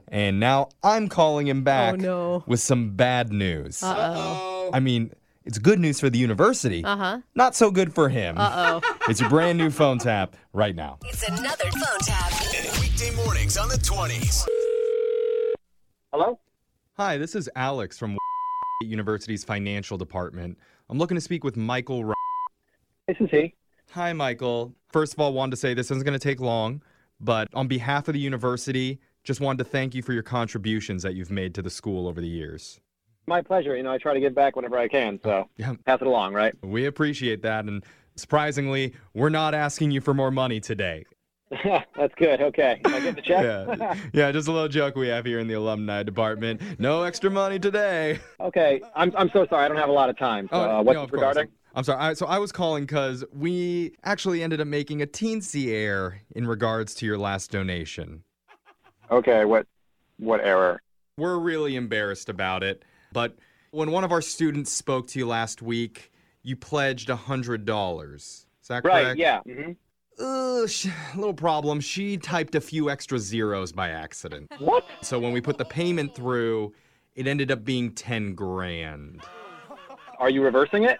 S1: And now I'm calling him back
S2: Oh, no.
S1: with some bad news.
S2: Uh-oh.
S1: I mean, it's good news for the university,
S2: Uh-huh.
S1: not so good for him.
S2: Uh-oh.
S1: It's your brand new phone tap right now.
S6: It's another phone tap.
S17: Weekday mornings on the 20s.
S1: Hello? Hi, this is Alex from University's financial department. I'm looking to speak with Michael. Ry-
S18: This is he.
S1: Hi, Michael. First of all, wanted to say this isn't going to take long, but on behalf of the university, just wanted to thank you for your contributions that you've made to the school over the years.
S18: My pleasure. You know, I try to give back whenever I can, so pass it along, right?
S1: We appreciate that, and surprisingly, we're not asking you for more money today.
S18: That's good. Okay. Can I get the check?
S1: Yeah. yeah, just a little joke we have here in the alumni department. No extra money today.
S18: okay. I'm, I'm so sorry. I don't have a lot of time. So,
S1: Oh,
S18: uh, what's
S1: no,
S18: this
S1: of course.
S18: regarding?
S1: I'm sorry. I, so I was calling because we actually ended up making a teensy error in regards to your last donation.
S18: Okay. What what error?
S1: We're really embarrassed about it, but when one of our students spoke to you last week, you pledged $100. Is that
S18: Right.
S1: correct?
S18: Yeah. hmm
S3: Mm-hmm.
S1: Uh, sh- little problem. She typed a few extra zeros by accident.
S18: What?
S1: So when we put the payment through, it ended up being 10 grand.
S18: Are you reversing it?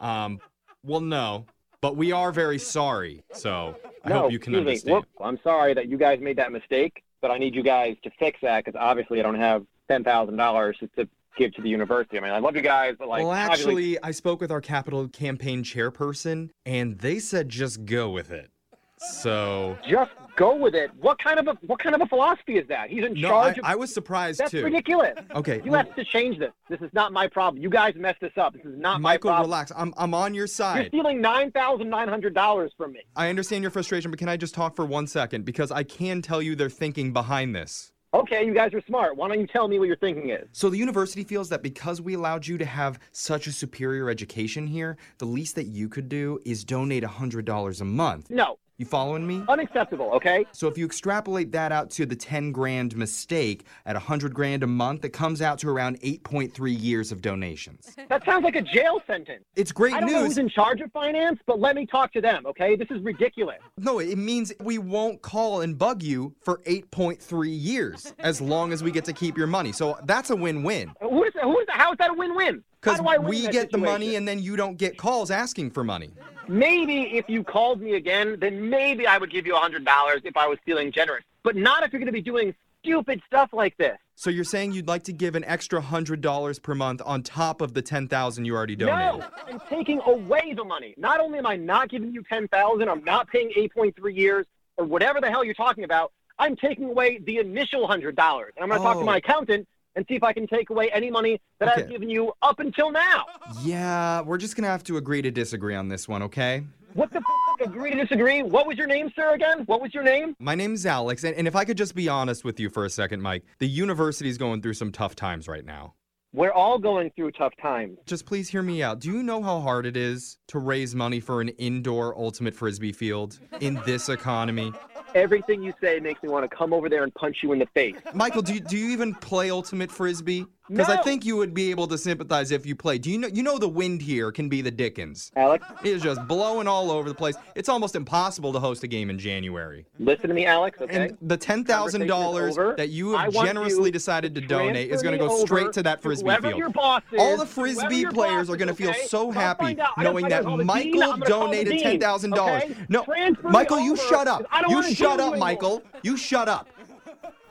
S1: Um, well, no, but we are very sorry. So I
S18: no,
S1: hope you can
S18: excuse me.
S1: understand.
S18: Whoop. I'm sorry that you guys made that mistake, but I need you guys to fix that because obviously I don't have ten thousand dollars to give to the university. I mean, I love you guys, but like,
S1: well,
S18: obviously-
S1: actually, I spoke with our capital campaign chairperson, and they said just go with it. So
S18: just go with it. What kind of a what kind of a philosophy is that? He's in
S1: No,
S18: charge.
S1: I-
S18: of,
S1: I was surprised
S18: That's
S1: too.
S18: ridiculous.
S1: Okay,
S18: you
S1: well-
S18: have to change this. This is not my problem. You guys messed this up. This is not
S1: Michael,
S18: my problem.
S1: relax. I'm I'm on your
S18: You're
S1: side.
S18: stealing nine thousand nine hundred dollars from me.
S1: I understand your frustration, but can I just talk for one second? Because I can tell you their thinking behind this.
S18: Okay, you guys are smart. Why don't you tell me what your thinking is?
S1: So the university feels that because we allowed you to have such a superior education here, the least that you could do is donate $100 a month.
S18: No.
S1: You following me?
S18: Unacceptable, okay?
S1: So if you extrapolate that out to the 10 grand mistake at 100 grand a month, it comes out to around 8.3 years of donations.
S18: That sounds like a jail sentence.
S1: It's great
S18: I don't know
S1: news.
S18: who's in charge of finance, but let me talk to them, okay? This is ridiculous.
S1: No, it means we won't call and bug you for 8.3 years as long as we get to keep your money. So that's a win-win.
S18: Who is, who is, how is that a win-win? How
S1: Because
S18: do I win
S1: we
S18: in that
S1: get the money
S18: situation?
S1: and then you don't get calls asking for money.
S18: Maybe if you called me again, then maybe I would give you $100 if I was feeling generous, but not if you're going to be doing stupid stuff like this.
S1: So you're saying you'd like to give an extra hundred dollars per month on top of the ten thousand you already donated?
S18: No, I'm taking away the money. Not only am I not giving you 10,000, I'm not paying 8.3 years or whatever the hell you're talking about. I'm taking away the initial $100. And I'm going to talk
S1: Oh.
S18: to my accountant and see if I can take away any money that I've
S1: Okay.
S18: given you up until now.
S1: Yeah, we're just gonna have to agree to disagree on this one, okay?
S18: What the f- agree to disagree? What was your name, sir, again? What was your name?
S1: My name's Alex, and, and if I could just be honest with you for a second, Mike, the university's going through some tough times right now.
S18: We're all going through tough times.
S1: Just please hear me out. Do you know how hard it is to raise money for an indoor ultimate frisbee field in this economy?
S18: Everything you say makes me want to come over there and punch you in the face.
S1: Michael, do you, do you even play ultimate frisbee? Because I
S18: No.
S1: think you would be able to sympathize if you play. Do you know you know the wind here can be the Dickens?
S18: Alex,
S1: it is just blowing all over the place. It's almost impossible to host a game in January.
S18: Listen to me, Alex, okay?
S1: And the ten thousand
S18: Conversation
S1: dollars
S18: is over.
S1: that you have
S18: I want
S1: generously
S18: you
S1: decided to
S18: to
S1: donate is going to
S18: transfer
S1: go
S18: me
S1: straight
S18: over
S1: to that
S18: to
S1: frisbee
S18: whoever
S1: field.
S18: your boss
S1: all
S18: is,
S1: the
S18: whoever
S1: frisbee
S18: your
S1: players
S18: boss
S1: are going to
S18: is,
S1: feel
S18: okay?
S1: so
S18: Go
S1: happy
S18: find out. I gotta
S1: knowing
S18: find
S1: that
S18: out how the dean-
S1: Michael
S18: I'm gonna call the
S1: donated
S18: dean,
S1: ten thousand dollars.
S18: okay?
S1: No,
S18: Transfer me
S1: Michael, you
S18: over,
S1: shut up.
S18: 'cause I don't
S1: You
S18: wanna deal
S1: shut up,
S18: with you.
S1: Michael. You shut up.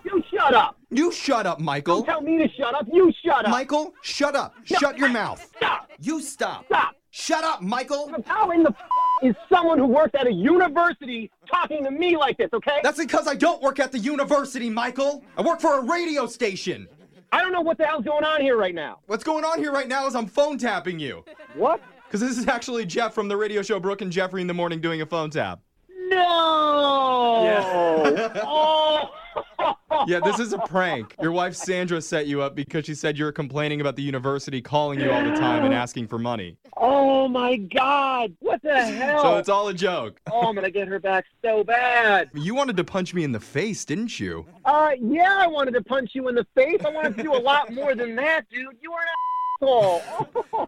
S18: You shut up.
S1: You shut up, Michael.
S18: Don't tell me to shut up. You shut up.
S1: Michael, shut up. Shut your mouth.
S18: Stop.
S1: You stop.
S18: Stop.
S1: Shut up, Michael.
S18: How in the f- is someone who works at a university talking to me like this, okay?
S1: That's because I don't work at the university, Michael. I work for a radio station.
S18: I don't know what the hell's going on here right now.
S1: What's going on here right now is I'm phone tapping you.
S18: What?
S1: Because this is actually Jeff from the radio show Brooke and Jeffrey in the Morning doing a phone tap.
S18: No.
S1: Yeah.
S18: oh.
S1: Yeah, this is a prank. Your wife Sandra set you up because she said you were complaining about the university calling you all the time and asking for money.
S18: Oh my God. What the hell?
S1: So it's all a joke.
S18: oh, I'm gonna get her back so bad.
S1: You wanted to punch me in the face, didn't you?
S18: Uh, yeah, I wanted to punch you in the face. I wanted to do a lot more than that, dude. You are an asshole.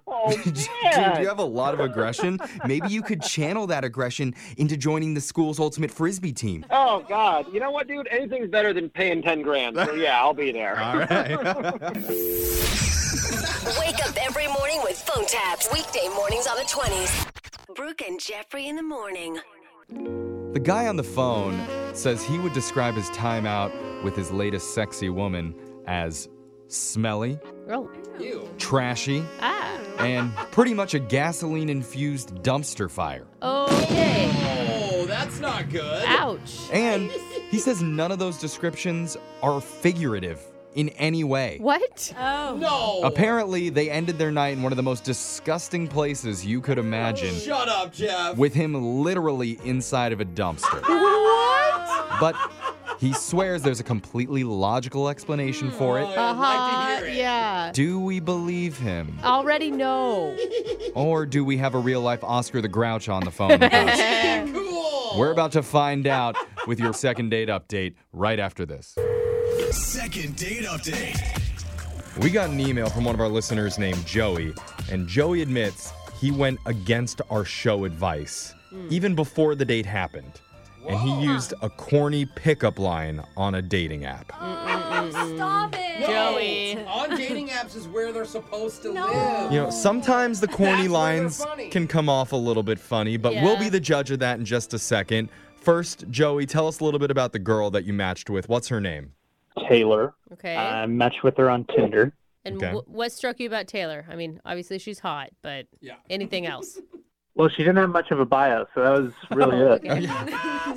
S18: Oh
S1: Dude,
S18: man.
S1: you have a lot of aggression. Maybe you could channel that aggression into joining the school's ultimate frisbee team.
S18: Oh God! You know what, dude? Anything's better than paying ten grand. So yeah, I'll be there.
S1: All right.
S6: Wake up every morning with phone taps. Weekday mornings on the 20s. Brooke and Jeffrey in the morning.
S1: The guy on the phone says he would describe his time out with his latest sexy woman as smelly,
S2: Oh.
S3: You.
S1: trashy,
S2: Ah.
S1: and pretty much a gasoline infused dumpster fire.
S2: Okay.
S3: Oh, that's not good.
S2: Ouch.
S1: And he says none of those descriptions are figurative in any way.
S2: What?
S4: Oh.
S3: No.
S1: Apparently, they ended their night in one of the most disgusting places you could imagine.
S3: Shut up, Jeff.
S1: with him literally inside of a dumpster.
S3: What?
S1: But he swears there's a completely logical explanation for
S3: Oh.
S1: it.
S2: Uh-huh. yeah.
S1: Do we believe him?
S2: Already know.
S1: Or do we have a real life Oscar the Grouch on the phone with us? We're about to find out with your second date update right after this.
S17: Second date update.
S1: We got an email from one of our listeners named Joey, and Joey admits he went against our show advice even before the date happened. And he used a corny pickup line on a dating app.
S4: Oh, Stop it.
S3: No. On dating apps is where they're supposed to live.
S1: You know, sometimes the corny
S3: That's where they're
S1: lines
S3: funny.
S1: can come off a little bit funny, but we'll be
S3: Yeah.
S1: the judge of that in just a second. First, Joey, tell us a little bit about the girl that you matched with. What's her name?
S19: Taylor.
S20: Okay.
S19: I matched with her on Tinder.
S20: and wh- what struck you about Taylor? I mean, obviously she's hot, but anything else?
S19: Well, she didn't have much of a bio, so that was really
S20: Oh,
S19: it.
S20: okay.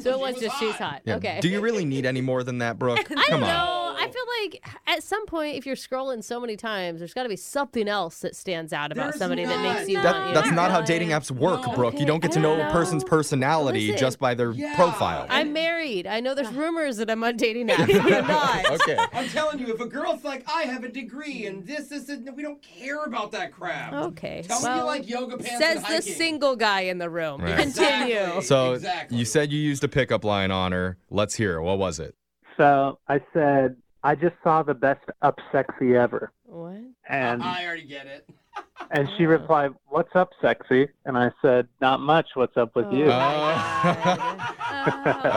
S20: so it was, just she's hot.
S1: Yeah.
S20: Okay.
S1: Do you really need any more than that, Brooke?
S20: I
S1: Come
S20: don't know.
S1: on.
S20: I feel like at some point, if you're scrolling so many times, there's got to be something else that stands out about somebody that makes you.
S1: That,
S20: want,
S1: that's
S20: you know?
S1: not how dating apps work, Brooke. You don't get to know a person's personality
S20: Listen.
S1: just by their profile.
S20: I'm married. I know there's rumors that I'm on dating apps. but I'm not.
S1: okay.
S3: I'm telling you, if a girl's like, I have a degree and this, this, and we don't care about that crap.
S20: Okay.
S3: Tell me you
S20: well,
S3: like yoga pants
S20: Says
S3: and
S20: the
S3: hiking.
S20: single guy in the room.
S1: Right.
S20: Continue.
S1: So you said you used a pickup line on her. Let's hear it. What was it?
S19: So I said, I just saw the best up sexy ever.
S20: What?
S19: And
S3: I already get it.
S19: and she replied, What's up, sexy? And I said, Not much. What's up
S2: Oh.
S19: with you?
S1: Oh.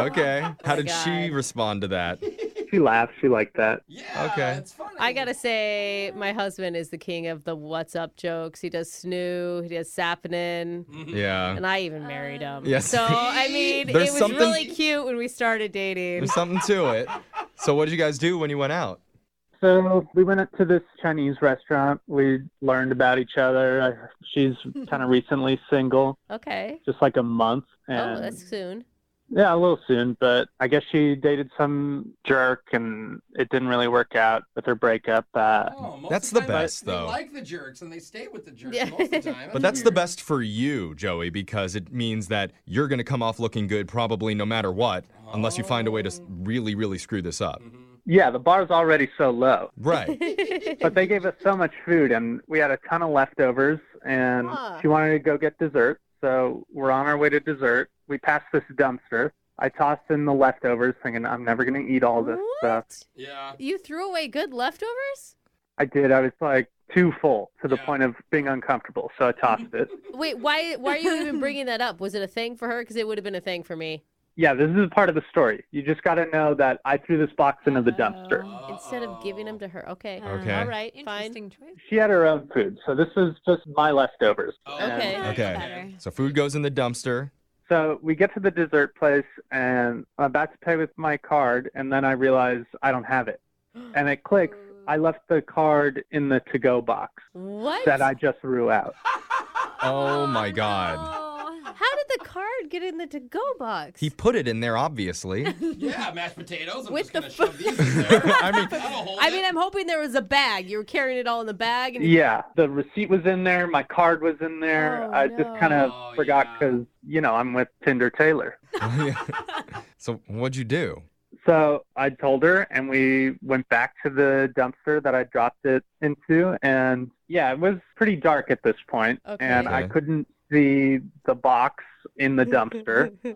S1: okay. How did she respond to that?
S19: She laughed. She liked that.
S1: okay.
S2: I gotta say, my husband is the king of the "What's up" jokes. He does Snoo, he does Sappinen,
S1: Yeah.
S2: and I even married him.
S1: Yes.
S2: So I mean,
S1: There's
S2: it was
S1: something-
S2: really cute when we started dating.
S1: There's something to it. So what did you guys do when you went out?
S19: So we went up to this Chinese restaurant. We learned about each other. I, she's kind of recently single,
S2: Okay.
S19: just like a month. And
S2: Oh, that's soon.
S19: Yeah, a little soon, but I guess she dated some jerk and it didn't really work out with her breakup. Uh,
S3: Oh, Most of time, they like the jerks and they stay with the jerks most of the time.
S1: But that's the best for you, Joey, because it means that you're going to come off looking good probably no matter what, unless you find a way to s- really, really screw this up.
S19: yeah, the bar's already so low.
S1: Right.
S19: but they gave us so much food and we had a ton of leftovers and
S2: Huh.
S19: she wanted to go get dessert. So we're on our way to dessert. We passed this dumpster. I tossed in the leftovers thinking I'm never going to eat all this stuff.
S3: Yeah.
S2: You threw away good leftovers?
S19: I did. I was like too full to the point of being uncomfortable. So I tossed it.
S2: Wait, why? Why are you even bringing that up? Was it a thing for her? Because it would have been a thing for me.
S19: Yeah, this is part of the story. You just got to know that I threw this box into the dumpster.
S2: Instead of giving them to her. Okay.
S19: Okay.
S2: All right. Interesting choice.
S19: She had her own food, so this was just my leftovers.
S2: Okay.
S1: Okay. So food goes in the dumpster.
S19: So we get to the dessert place, and I'm about to pay with my card, and then I realize I don't have it. And it clicks. I left the card in the to-go box
S2: What?
S19: that I just threw out.
S1: Oh my God.
S2: How did the card get in the to-go box?
S1: He put it in there, obviously.
S3: Yeah, mashed potatoes. I'm
S2: With
S3: just gonna shove these.
S1: I mean,
S2: I mean, I'm hoping there was a bag. You were carrying it all in the bag. And
S19: Yeah, the receipt was in there. My card was in there. I just kind of forgot because you know I'm with Tinder Taylor.
S1: so what'd you do?
S19: So I told her, and we went back to the dumpster that I dropped it into. And yeah, it was pretty dark at this point,
S2: Okay.
S19: and I
S2: Okay.
S19: couldn't see the box in the dumpster.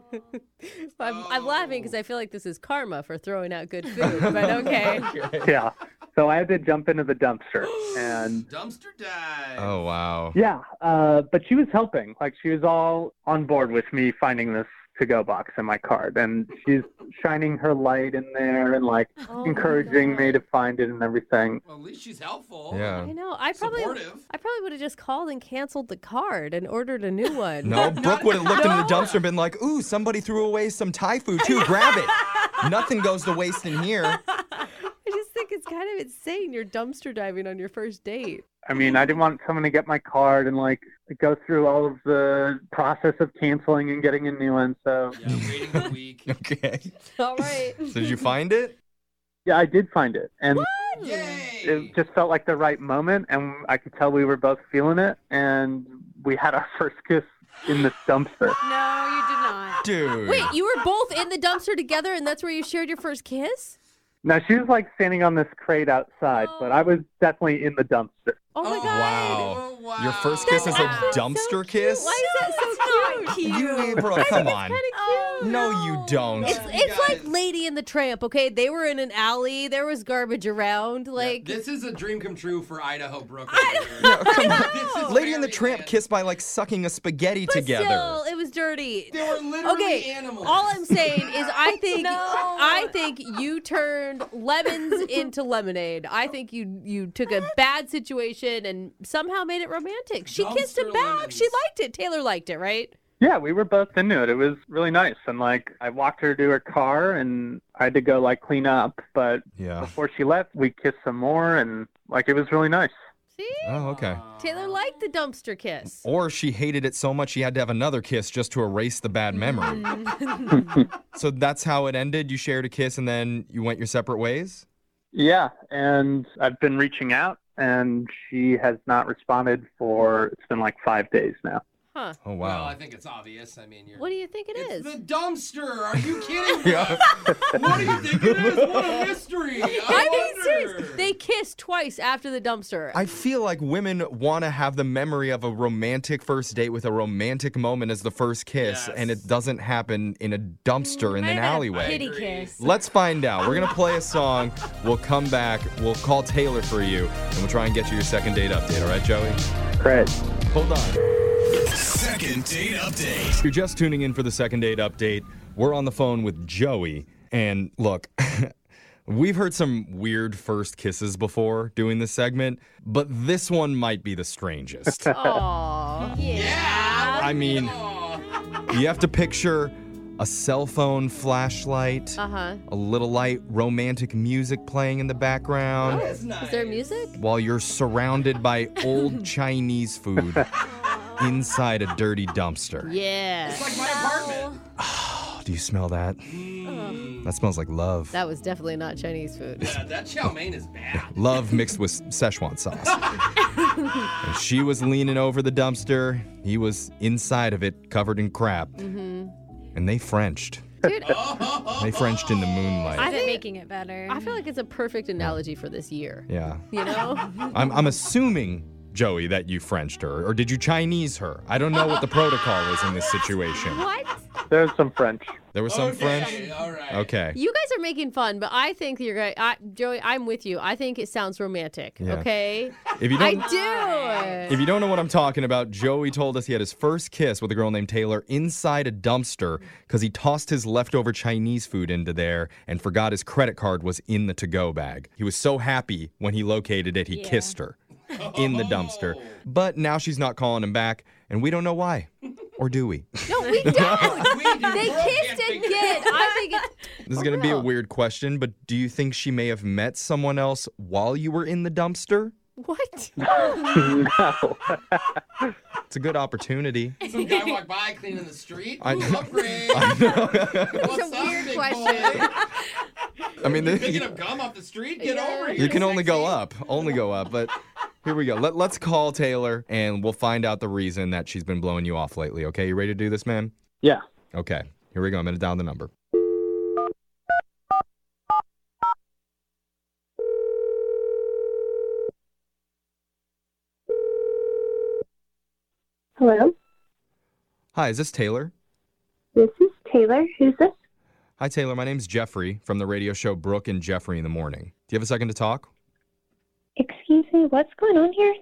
S2: I'm, I'm laughing because I feel like this is karma for throwing out good food. But okay.
S19: yeah, so I had to jump into the dumpster, and
S3: dumpster dive.
S1: Oh wow.
S19: yeah, uh, but she was helping. Like she was all on board with me finding this to-go box in my card, and she's shining her light in there and like
S2: Oh my
S19: encouraging me to find it and everything.
S3: Well, at least she's helpful.
S19: Yeah.
S2: I know. I probably, I probably would have just called and canceled the card and ordered a new one.
S1: No, Brooke would have looked in the dumpster and been like, ooh, somebody threw away some Thai food too. Grab it. Nothing goes to waste in here.
S2: I just think it's kind of insane. You're dumpster diving on your first date.
S19: I mean, I didn't want someone to get my card and like go through all of the process of canceling and getting a new one. So
S1: okay.
S2: All right.
S1: So did you find it?
S19: Yeah, I did find it, and it just felt like the right moment, and I could tell we were both feeling it, and we had our first kiss in this dumpster.
S2: No, you did not.
S1: Dude.
S2: Wait, you were both in the dumpster together, and that's where you shared your first kiss?
S19: Now she was like standing on this crate outside, but I was definitely in the dumpster.
S2: Oh my god. Oh,
S1: Wow. Your first kiss is a dumpster kiss?
S2: Why is that so cute?
S1: You, bro, come on.
S3: Oh,
S1: No, you don't.
S2: It's, it's like Lady in the Tramp, okay? They were in an alley. There was garbage around. Like
S3: This is a dream come true for Idaho Brooklyn.
S1: Lady and the Tramp kissed by like sucking a spaghetti together.
S2: Still, it was dirty.
S3: They were literally
S2: okay,
S3: animals.
S2: All I'm saying is, I think I think you turned lemons into lemonade. I think you you took a bad situation and somehow made it romantic. She kissed him back. She liked it. Taylor liked it, right?
S19: Yeah, we were both into it. It was really nice. And like I walked her to her car and I had to go like clean up, but
S1: yeah.
S19: before she left, we kissed some more and like it was really nice.
S1: Oh, okay.
S2: Taylor liked the dumpster kiss.
S1: Or she hated it so much she had to have another kiss just to erase the bad
S2: Mm-hmm.
S1: memory.
S2: Mm.
S1: so that's how it ended. You shared a kiss and then you went your separate ways?
S19: Yeah, and I've been reaching out and she has not responded for it's been like 5 days now.
S2: Huh.
S1: Oh
S3: Well, I think it's obvious. I mean, you're.
S2: What do you think it is?
S3: The dumpster. Are you kidding?
S1: Yeah.
S3: what do you think it is? What a mystery.
S2: I'm
S3: I
S2: being serious. They kissed twice after the dumpster.
S1: I feel like women want to have the memory of a romantic first date with a romantic moment as the first kiss, and it doesn't happen in a dumpster in an alleyway.
S6: Kitty kiss.
S1: Let's find out. We're going to play a song. We'll come back. We'll call Taylor for you, and we'll try and get you your second date update. All right, Joey?
S19: Great.
S1: Hold on.
S14: Second date update.
S1: If you're just tuning in for the second date update, we're on the phone with Joey. And look, We've heard some weird first kisses before doing this segment, but this one might be the strangest.
S20: Aw. Yeah.
S1: I mean, you have to picture a cell phone flashlight,
S2: Uh
S3: Uh-huh.
S2: huh.
S1: a little light romantic music playing in the background
S2: Is there music?
S1: while you're surrounded by old Chinese food inside a dirty dumpster.
S20: Yeah. It's
S3: like my apartment.
S1: Oh, do you smell that? That smells like love.
S2: That was definitely not Chinese food.
S3: Yeah, that chow mein is bad.
S1: Love mixed with Szechuan sauce. and she was leaning over the dumpster. He was inside of it, covered in crap.
S4: Mm-hmm.
S1: And they Frenched.
S2: Dude,
S3: oh,
S1: They Frenched in the moonlight.
S4: Is it making it better?
S2: I feel like it's a perfect analogy for this year.
S1: yeah.
S2: You know?
S1: I'm, I'm assuming, Joey, that you Frenched her, or did you Chinese her? I don't know what the protocol is in this situation.
S2: what?
S1: There's some French. There was some French?
S3: All right.
S1: Okay.
S2: You guys are making fun, but I think you're going I Joey, I'm with you. I think it sounds romantic.
S1: Yeah.
S2: Okay.
S1: If you
S2: I
S1: don't-
S2: do.
S1: If you don't know what I'm talking about, Joey told us he had his first kiss with a girl named Taylor inside a dumpster because he tossed his leftover Chinese food into there and forgot his credit card was in the to go bag. He was so happy when he located it, he
S17: Yeah.
S1: kissed her in the dumpster. But now she's not calling him back, and we don't know why. Or do we?
S2: No, we don't. they kissed and did. I think it's
S1: This is going to be a weird question, but do you think she may have met someone else while you were in the dumpster?
S2: what?
S1: no. it's a good opportunity.
S3: Some guy walked by cleaning the street.
S1: I-
S3: Ooh, upgrade.
S1: I know.
S3: What's
S2: That's a
S3: up,
S2: weird
S3: big
S2: question.
S1: I mean,
S3: Boy?
S1: the-
S3: Picking up gum off the street? Get over here.
S1: You can only go up, only go up. But here we go. Let, let's call Taylor and we'll find out the reason that she's been blowing you off lately. Okay, you ready to do this, man?
S19: Yeah.
S1: Okay, here we go. I'm going to dial the number.
S21: Hello,
S1: Hi, is this Taylor?
S21: this is Taylor. Who's this?
S1: Hi, Taylor. My name's Jeffrey from the radio show Brooke and Jeffrey in the Morning. Do you have a second to talk?
S21: Excuse me, what's going on here?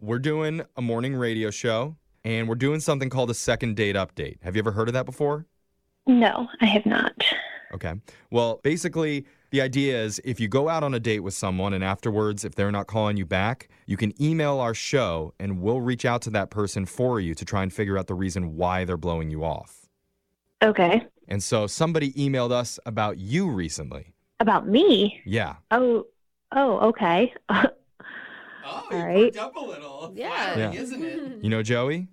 S1: We're doing a morning radio show and we're doing something called a second date update. Have you ever heard of that before?
S21: No, I have not.
S1: Okay. Well, basically, the idea is if you go out on a date with someone and afterwards, if they're not calling you back, you can email our show and we'll reach out to that person for you to try and figure out the reason why they're blowing you off.
S21: Okay.
S1: And so somebody emailed us about you recently.
S21: About me?
S1: Yeah.
S21: Oh, oh, okay. All right.
S3: Up a little.
S1: Yeah.
S3: Yeah. Isn't it?
S1: You know Joey?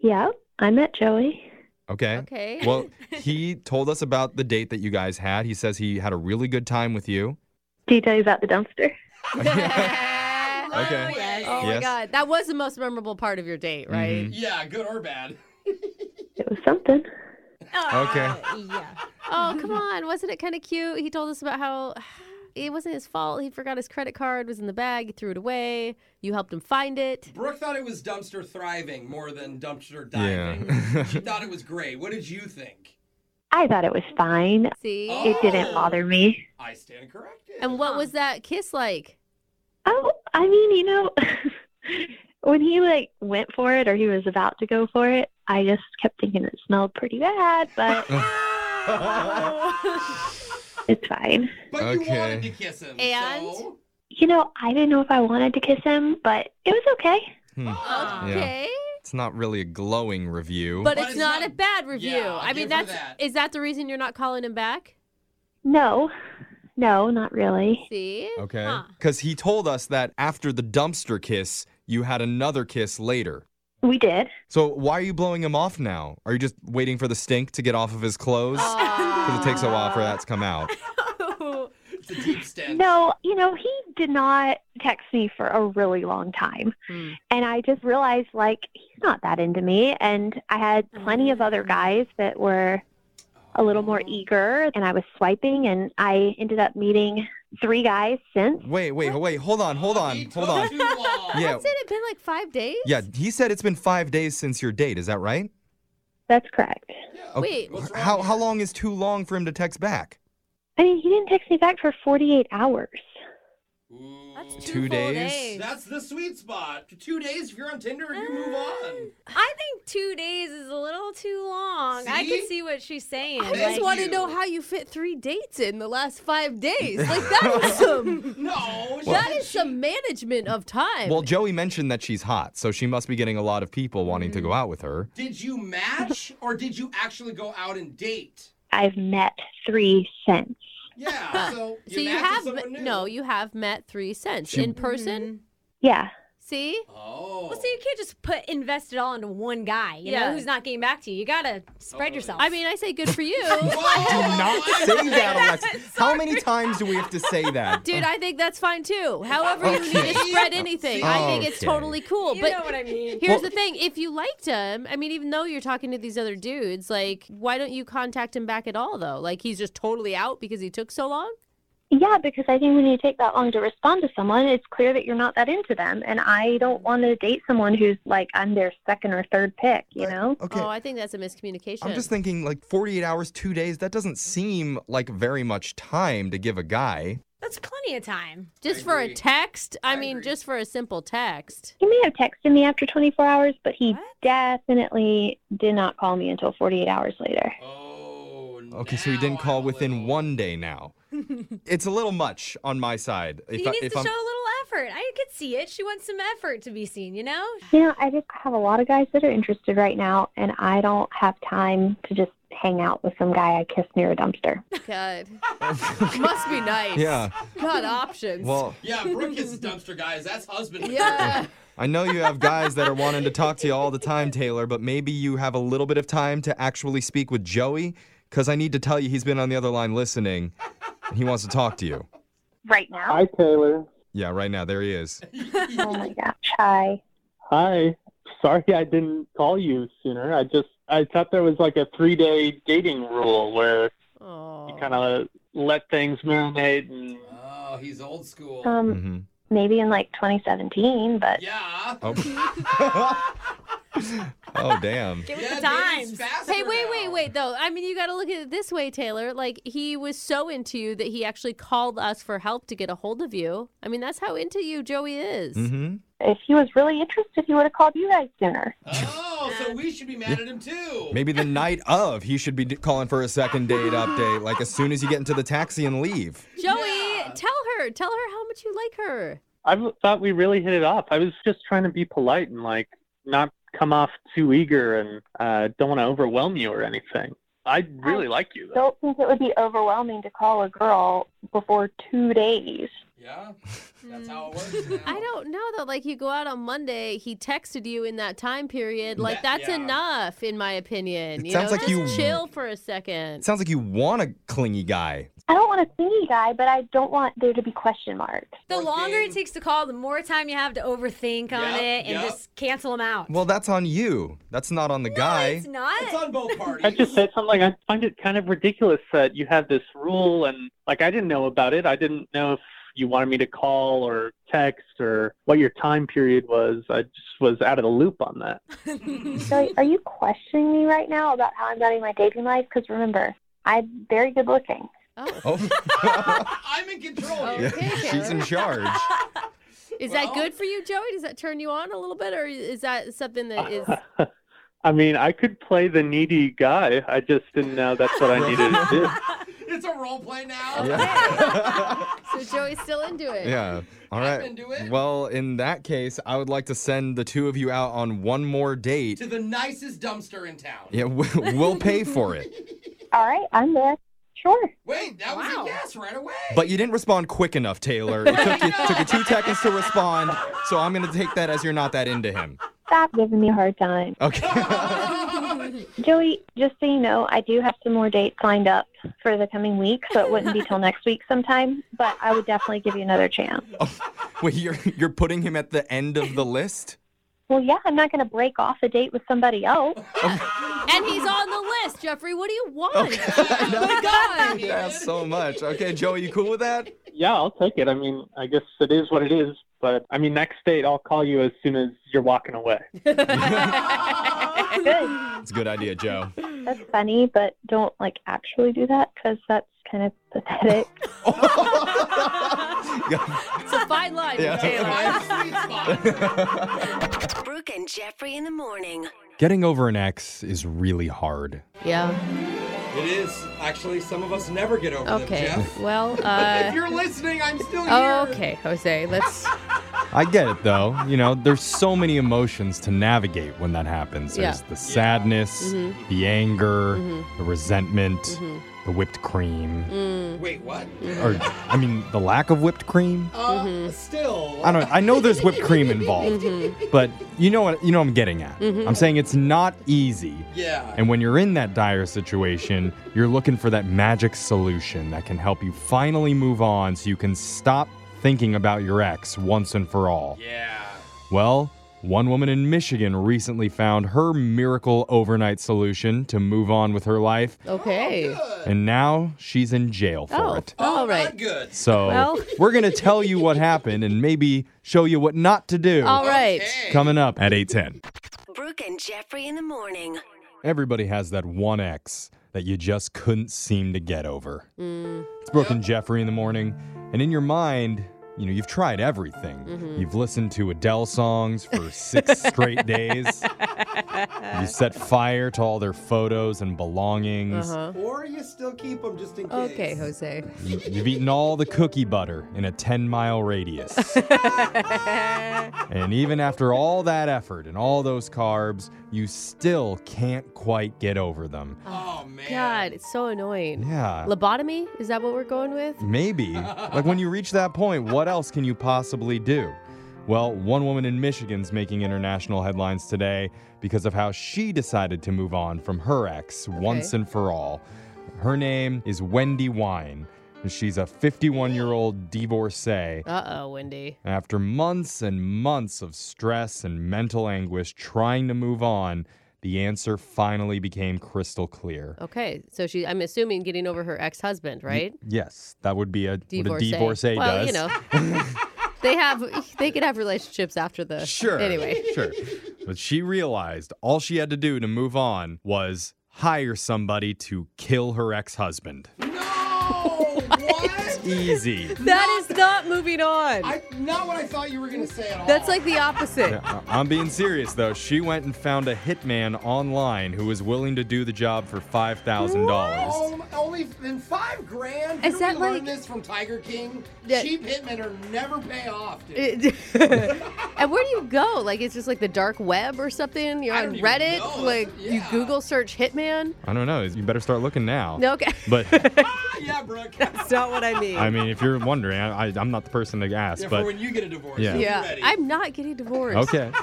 S21: Yeah, I met Joey.
S1: Okay.
S21: Okay.
S1: well, he told us about the date that you guys had. He says he had a really good time with you.
S21: Did he tell you about the dumpster?
S1: Okay.
S2: Yes. Oh my
S1: Yes.
S2: god, that was the most memorable part of your date, right?
S1: Mhm.
S3: Yeah, good or bad.
S21: It was something.
S1: Okay.
S2: yeah. Oh come on, wasn't it kind of cute? He told us about how it wasn't his fault. He forgot his credit card was in the bag. He threw it away. You helped him find it.
S3: Brooke thought it was dumpster thriving more than dumpster
S1: Yeah.
S3: diving. she thought it was great. What did you think?
S21: I thought it was fine.
S2: See?
S21: It didn't bother me.
S3: I stand corrected.
S2: And what was that kiss like?
S21: Oh, I mean, you know, when he like went for it or he was about to go for it, I just kept thinking it smelled pretty bad, but it's fine.
S3: But you wanted to kiss him.
S2: And
S21: You know, I didn't know if I wanted to kiss him, but it was okay.
S1: Hmm.
S2: okay.
S1: It's not really a glowing review.
S2: But, it's not, a bad review.
S21: Yeah,
S2: I mean,
S21: give her
S2: that's is that the reason you're not calling him back?
S21: No, no, not really.
S2: See?
S1: Okay. Because he told us that after the dumpster kiss, you had another kiss later.
S21: We did.
S1: So why are you blowing him off now? Are you just waiting for the stink to get off of his clothes? Because it takes a while for that to come out.
S2: Oh.
S3: It's a deep stand.
S21: No, you know, he did not text me for a really long time. And I just realized, like, he's not that into me. And I had plenty of other guys that were a little more eager, and I was swiping, and I ended up meeting three guys since.
S1: Wait, wait, wait. Hold on, hold on, hold on. Yeah,
S2: Hasn't it been like five days?
S1: yeah. He said it's been five days since your date. Is that right?
S21: That's correct.
S1: Okay, How how long is too long for him to text back?
S21: I mean, he didn't text me back for 48 hours.
S20: That's two,
S1: Two
S20: full
S1: days?
S3: That's the sweet spot. Two days if you're on Tinder, you move
S2: Ah.
S3: on.
S4: I think two days is a little too long. I
S2: See?
S4: can see what she's saying.
S2: I just want to know how you fit three dates in the last five days. Like that is some
S3: no,
S2: that is some management of time.
S1: Well, Joey mentioned that she's hot, so she must be getting a lot of people wanting
S21: Mm.
S1: to go out with her.
S3: Did you match or did you actually go out and date?
S21: I've met three since.
S3: Yeah. So you,
S2: so you
S3: matched with
S2: have
S3: someone new.
S2: no, you have met three cents
S1: She-
S2: in person.
S21: Yeah.
S2: See,
S3: Oh.
S4: Well, so you can't just put invest it all into one guy, you
S2: Yeah.
S4: know, who's not getting back to you. You gotta
S3: Oh.
S4: spread yourself.
S2: I mean, I say good for you.
S1: Do not say that, Alexis. How many times do we have to say that?
S2: Dude, I think that's fine too. However, you need to
S1: Okay.
S2: spread anything. I think it's
S1: Okay.
S2: totally cool.
S4: you
S2: but
S4: know what I mean.
S2: here's the thing: if you liked him, I mean, even though you're talking to these other dudes, like, why don't you contact him back at all? Though, like, he's just totally out because he took so long.
S21: Yeah, because I think when you take that long to respond to someone, it's clear that you're not that into them. And I don't want to date someone who's like, I'm their second or third pick, you know?
S1: Okay.
S2: Oh, I think that's a miscommunication.
S1: I'm just thinking, like, 48 hours, two days, that doesn't seem like very much time to give a guy.
S4: That's plenty of time.
S2: Just for a text. I, mean, just for a simple text.
S21: He may have texted me after 24 hours, but he definitely did not call me until 48 hours later.
S1: Okay, so he didn't call within one day now. it's a little much on my side.
S4: he
S1: I-
S4: needs to
S1: I'm-
S4: show a little effort. I could see it. She wants some effort to be seen, you know?
S21: You know, I just have a lot of guys that are interested right now, and I don't have time to just hang out with some guy I kissed near a dumpster.
S2: God, must be nice.
S1: Yeah.
S2: Not options.
S1: Well-
S3: Yeah, Brooke is dumpster guys. That's husband.
S2: Yeah.
S1: I know you have guys that are wanting to talk to you all the time, Taylor, but maybe you have a little bit of time to actually speak with Joey because I need to tell you he's been on the other line listening. And he wants to talk to you.
S21: Right now?
S19: Hi, Taylor.
S1: Yeah, right now, there he is.
S21: Oh my gosh. Hi.
S19: Hi. Sorry I didn't call you sooner. I just I thought there was like a three day dating rule where you kind of let things marinate and
S3: Oh, he's old school.
S21: Um, Maybe in like 2017, but
S3: yeah.
S1: Oh. Um, oh, damn.
S4: Get
S3: Yeah,
S4: with the times.
S3: dating's faster
S2: Hey, wait,
S3: now.
S2: wait, wait, though. I mean, you got to look at it this way, Taylor. Like, he was so into you that he actually called us for help to get a hold of you. I mean, that's how into you Joey is.
S1: Mm-hmm.
S21: if he was really interested, he would have called you guys sooner.
S3: Oh, so we should be mad at him too.
S1: Maybe the night of, he should be d- calling for a second date update, like as soon as you get into the taxi and leave.
S2: Joey, tell her. Tell her how much you like her.
S19: I w- thought we really hit it off. I was just trying to be polite and like not come off too eager and uh, don't want to overwhelm you or anything. I really like you. Though.
S21: Don't think it would be overwhelming to call a girl before two days.
S3: Yeah. That's how it works.
S2: I don't know, though. Like, you go out on Monday, he texted you in that time period. Like,
S1: Yeah.
S2: that's enough, in my opinion.
S1: It
S2: you
S1: sounds
S2: know,
S1: like
S2: just
S1: you-
S2: chill for a second.
S1: It sounds like you want a clingy guy.
S21: I don't want a thingy guy, but I don't want there to be question marks.
S4: The longer it takes to call, the more time you have to overthink on
S1: Yep,
S4: it and
S1: yep.
S4: just cancel them out.
S1: Well, that's on you. That's not on the guy.
S4: It's not.
S3: It's on both parties.
S19: I just said something. I find it kind of ridiculous that you have this rule, and like I didn't know about it. I didn't know if you wanted me to call or text or what your time period was. I just was out of the loop on that.
S21: So are you questioning me right now about how I'm running my dating life? Because remember, I'm very good looking.
S1: Oh.
S3: I'm in control. here.
S1: Yeah, she's in charge.
S2: Is that
S3: Well-
S2: good for you, Joey? Does that turn you on a little bit, or is that something that is?
S19: I mean, I could play the needy guy. I just didn't know that's what I needed to do.
S3: It's a role play now.
S2: So Joey's still into it.
S1: Yeah. All right.
S3: into it.
S1: Well, in that case, I would like to send the two of you out on one more date.
S3: To the nicest dumpster in town.
S1: Yeah, we- we'll pay for it.
S21: All right, I'm there. Sure.
S3: Wait, that was a yes right away.
S1: But you didn't respond quick enough, Taylor. It took you, took you two seconds to respond, so I'm going to take that as you're not that into him.
S21: Stop giving me a hard time.
S1: Okay.
S21: Joey, just so you know, I do have some more dates lined up for the coming week, so it wouldn't be till next week sometime, but I would definitely give you another chance.
S1: Wait, you're, you're putting him at the end of the list?
S21: Well, yeah, I'm not going to break off a date with somebody else.
S2: And he's on the list, Jeffrey. What do you want?
S1: Oh, my God. That's so much. Okay, Joey, you cool with that?
S19: Yeah, I'll take it. I mean, I guess it is what it is. But I mean, next date, I'll call you as soon as you're walking away.
S21: Good.
S1: It's a good idea, Joe.
S21: That's funny, but don't like actually do that because that's kind of pathetic.
S1: Yeah.
S4: It's a
S20: fine line with
S1: Yeah.
S6: Brooke and Jeffrey in the morning.
S1: Getting over an ex is really hard.
S2: Yeah.
S3: It is. Actually, some of us never get over them,
S2: Okay.
S3: Jeff.
S2: Well,
S3: if
S2: uh,
S3: you're listening, I'm still here. Oh,
S2: okay, Jose. Let's.
S1: I get it though. You know, there's so many emotions to navigate when that happens.
S2: Yeah.
S1: There's the sadness,
S2: Mhm.
S1: the anger,
S2: Mhm.
S1: the resentment,
S2: Mhm.
S1: the whipped cream.
S2: Mm.
S3: Wait, what?
S2: Mm-hmm.
S1: Or I mean the lack of whipped cream.
S3: Uh, Still.
S1: I don't I know there's whipped cream involved.
S2: Mm-hmm.
S1: But you know what you know what I'm getting at.
S3: Mhm.
S1: I'm saying it's not easy.
S3: Yeah.
S1: And when you're in that dire situation, you're looking for that magic solution that can help you finally move on so you can stop thinking about your ex once and for all.
S3: Yeah.
S1: Well, one woman in Michigan recently found her miracle overnight solution to move on with her life,
S2: Okay.
S1: and now she's in jail for
S2: Oh,
S1: it.
S2: all right. Good.
S1: So,
S2: Well.
S1: we're going to tell you what happened and maybe show you what not to do.
S6: All right.
S1: Coming up at 8:10.
S6: Brooke and Jeffrey in the morning.
S1: Everybody has that one ex that you just couldn't seem to get over. It's Brooke and Jeffrey in the morning. And in your mind, you know, you've tried everything.
S5: Mhm.
S1: You've listened to Adele songs for six straight days. You set fire to all their photos and belongings.
S3: Or you still keep them just in case.
S2: Uh-huh. Okay, Jose.
S1: You- You've eaten all the cookie butter in a 10 mile radius. and even after all that effort and all those carbs, you still can't quite get over them.
S2: Oh man. God, it's so annoying.
S1: Yeah.
S2: Lobotomy? Is that what we're going with?
S1: Maybe. Like when you reach that point, what else can you possibly do? Well, one woman in Michigan's making international headlines today because of how she decided to move on from her ex once and for all. Her name is Wendy Wine. and She's a 51 year old divorcee.
S2: Uh oh, Wendy.
S1: After months and months of stress and mental anguish trying to move on, the answer finally became crystal clear.
S2: Okay, so she, I'm assuming getting over her ex husband, Oh, right?
S1: Yes, that would be a, what a
S2: Divorcee.
S1: divorcee
S2: well,
S1: does.
S2: you know, they have, they could have relationships after the.
S1: Sure.
S2: Anyway.
S1: Sure. But she realized all she had to do to move on was hire somebody to kill her ex husband. Easy.
S2: That is not moving on.
S3: I, not what I thought you were going to say at all.
S2: That's like the opposite.
S1: Yeah, I- I'm being serious though. She went and found a hitman online who was willing to do the job for five thousand dollars.
S3: Oh, only in five grand.
S2: Is
S3: Didn't
S2: that
S3: we learn
S2: like-
S3: this from Tiger King?
S2: Yeah.
S3: Cheap hitmen are never pay off, dude.
S2: It- and where do you go? Like, it's just like the dark web or something? You're on Reddit? Like, you Google search Hitman?
S1: I don't know. You better start looking now.
S2: No, okay.
S1: But
S3: yeah, Brooke.
S2: That's not what I mean.
S1: I mean, if you're wondering, I, I, I'm not the person to ask.
S3: Yeah, for
S1: but
S3: when you get a divorce.
S1: Yeah.
S2: yeah, I'm not getting divorced.
S1: okay.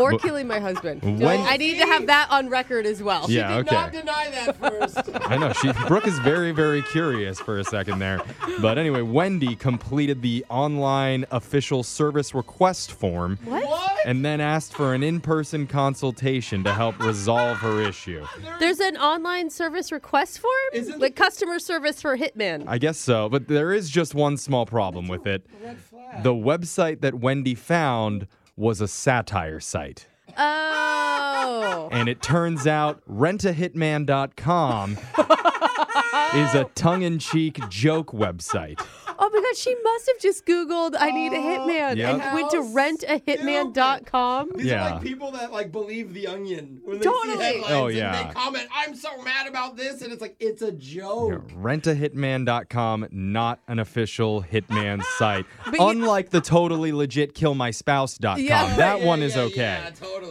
S2: Or
S1: But-
S2: killing my husband.
S1: When-
S2: Like, I need to have that on record as well.
S1: She Yeah, did not okay.
S2: deny that first.
S1: I know she Brooke is very very curious for a second there. But anyway, Wendy completed the online official service request form
S2: what?
S1: and then asked for an in-person consultation to help resolve her issue.
S2: There's an online service request form? like customer service for Hitman.
S1: I guess so, but there is just one small problem with it. The website that Wendy found was a satire site.
S2: Oh.
S1: And it turns out rentahitman.com is a tongue-in-cheek joke website.
S2: Oh my God, she must have just Googled, I need a Hitman,
S1: Oh. Yep.
S2: and went to rentahitman.com.
S3: These
S1: Yeah.
S3: are like people that like believe the onion when they
S2: Totally.
S3: see headlines
S1: Oh,
S3: and
S1: yeah.
S3: they comment, "I'm so mad about this," and it's like it's a joke.
S1: Rentahitman.com, not an official hitman site. Unlike the totally legit killmyspouse.com.
S2: Yeah,
S1: that
S2: right.
S1: one
S2: Yeah,
S1: is
S2: yeah,
S1: okay.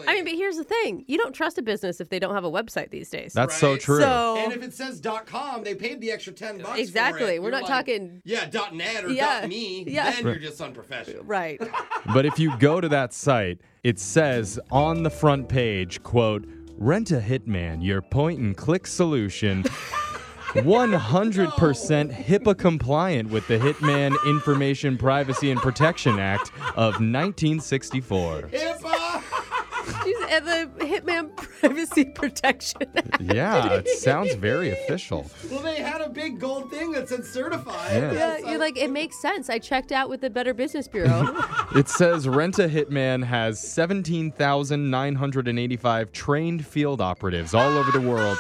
S2: I mean, but here's the thing you don't trust a business if they don't have a website these days.
S1: That's so true.
S20: Oh.
S2: So,
S3: And if it says .com, they paid the extra ten bucks. for it.
S2: Exactly. We're
S3: You're
S2: not
S3: like,
S2: talking-
S3: Yeah, .net or
S2: Yeah.
S3: .me.
S2: Yeah.
S3: Then
S1: Right.
S3: you're just unprofessional.
S2: Right.
S1: But if you go to that site, it says on the front page, quote, Rent a Hitman, your point and click solution. 100% HIPAA compliant with the Hitman Information Privacy and Protection Act of 1964.
S2: she's at the Hitman Privacy Protection. Act.
S1: Yeah, it sounds very official.
S3: Well, they had a big gold thing that said certified.
S1: Yeah.
S2: Yeah, you're like, it makes sense. I checked out with the Better Business Bureau.
S1: It says Rent a Hitman has 17,985 trained field operatives all over the world.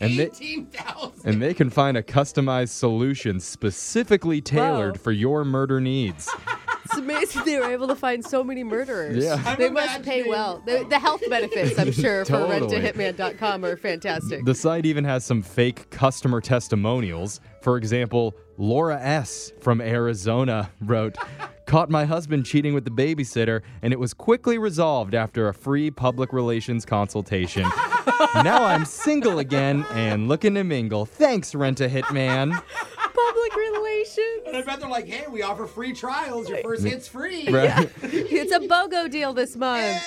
S1: And they,
S3: Eighteen thousand.
S1: and they can find a customized solution specifically tailored for your murder needs.
S20: It's amazing they were able to find so many murderers.
S1: Yeah. I'm
S20: They must pay well. The, the health benefits, I'm sure, for rent to
S1: Totally.
S20: hitman.com are fantastic.
S1: The site even has some fake customer testimonials. For example, Laura S. from Arizona wrote, Caught my husband cheating with the babysitter, and it was quickly resolved after a free public relations consultation. now I'm single again and looking to mingle. Thanks, Rent a Hitman.
S20: Public relations.
S3: And I bet they're like, hey, we offer free trials. Your first hit's free.
S1: Right.
S20: It's a BOGO deal this month.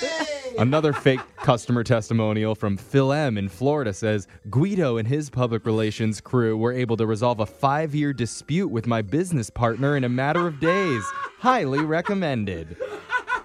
S1: Another fake customer testimonial from Phil M. in Florida says Guido and his public relations crew were able to resolve a five year dispute with my business partner in a matter of days. Highly recommended.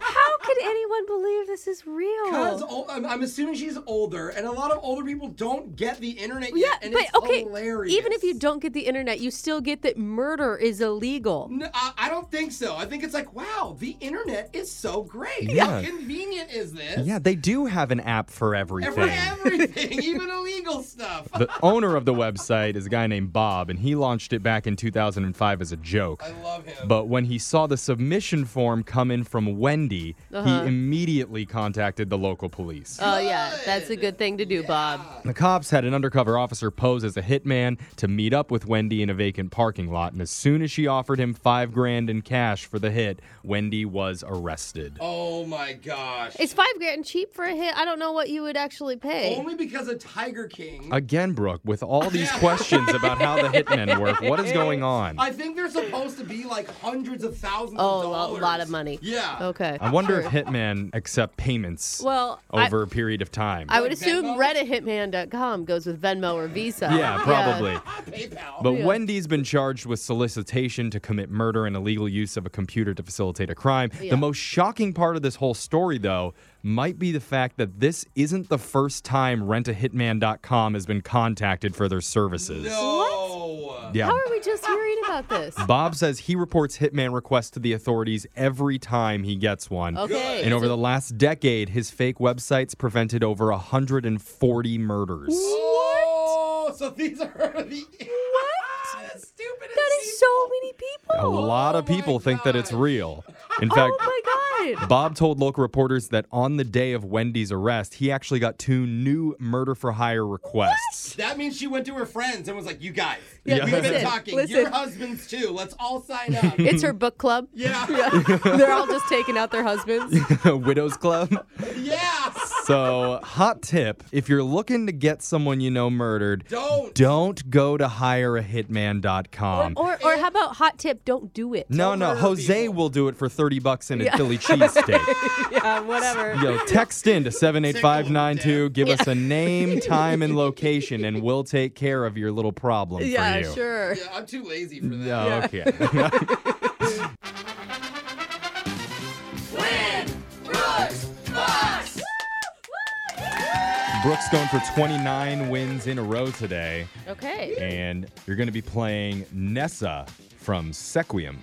S20: How could anyone believe this is real?
S3: Because I'm, I'm assuming she's older, and a lot of older people don't get the internet
S20: Yeah,
S3: yet. and
S20: but
S3: it's
S20: okay,
S3: hilarious.
S20: even if you don't get the internet, you still get that murder is illegal.
S3: No, I, I don't think so. I think it's like, wow, the internet is so great.
S1: Yeah.
S3: How convenient is this?
S1: Yeah, they do have an app for everything.
S3: For everything, even illegal stuff.
S1: The owner of the website is a guy named Bob, and he launched it back in 2005 as a joke. I
S3: love him.
S1: But when he saw the submission form come in from Wendy,
S20: Uh-huh.
S1: he immediately contacted the local police.
S20: Oh, yeah, that's a good thing to do, Bob.
S1: The cops had an undercover officer pose as a hitman to meet up with Wendy in a vacant parking lot, and as soon as she offered him five grand in cash for the hit, Wendy was arrested.
S3: Oh my gosh.
S2: It's five grand cheap for a hit. I don't know what you would actually pay.
S3: Only because of Tiger King.
S1: Again, Brooke, with all these questions about how the hitmen work, what is going on?
S3: I think they're supposed to be like hundreds of thousands
S20: Oh,
S3: of
S20: a lot,
S3: dollars.
S20: lot of money.
S3: Yeah.
S20: Okay.
S1: I wonder if
S20: Sure.
S1: hitmen accept payments
S20: Well, I-
S1: over a period of time.
S20: I would assume reddithitman.com goes with Venmo or Visa.
S1: Yeah, probably.
S3: PayPal.
S1: But Wendy's been charged with solicitation to commit murder and illegal use of a computer to facilitate a crime.
S20: Yeah.
S1: The most shocking part of this whole story, though, might be the fact that this isn't the first time rentahitman.com has been contacted for their services.
S3: What?
S1: Yeah.
S20: How are we just hearing about this?
S1: Bob says he reports hitman requests to the authorities every time he gets one.
S20: Okay.
S1: And over the last decade, his fake websites prevented over 140 murders.
S3: Oh, so these are the
S20: What? That is so many people.
S1: A lot of people think that it's real. In fact,
S20: Oh my god.
S1: Bob told local reporters that on the day of Wendy's arrest, he actually got two new murder for hire requests.
S3: That means she went to her friends and was like, "You guys,
S1: Yeah,
S3: we've
S1: listen,
S3: been talking.
S20: listen.
S3: Your husbands too. Let's all sign up."
S20: It's her book club.
S3: Yeah.
S20: They're all just taking out their husbands.
S1: Widow's Club.
S3: Yeah.
S1: So, hot tip if you're looking to get someone you know murdered,
S3: don't,
S1: don't go to hireahitman.com.
S20: Or, or how about hot tip? Don't do it.
S1: no, no, Jose will do it for 30 bucks and a
S20: Yeah.
S1: Philly cheesesteak.
S20: yeah, whatever.
S1: Yo, text in to 78592. Give us
S20: Yeah.
S1: a name, time, and location, and we'll take care of your little problem for
S20: yeah,
S1: you.
S20: sure.
S3: Yeah, I'm too lazy for that.
S1: No, okay. Brooks going for 29 wins in a row today.
S2: Okay.
S1: And you're going to be playing Nessa from Sequium.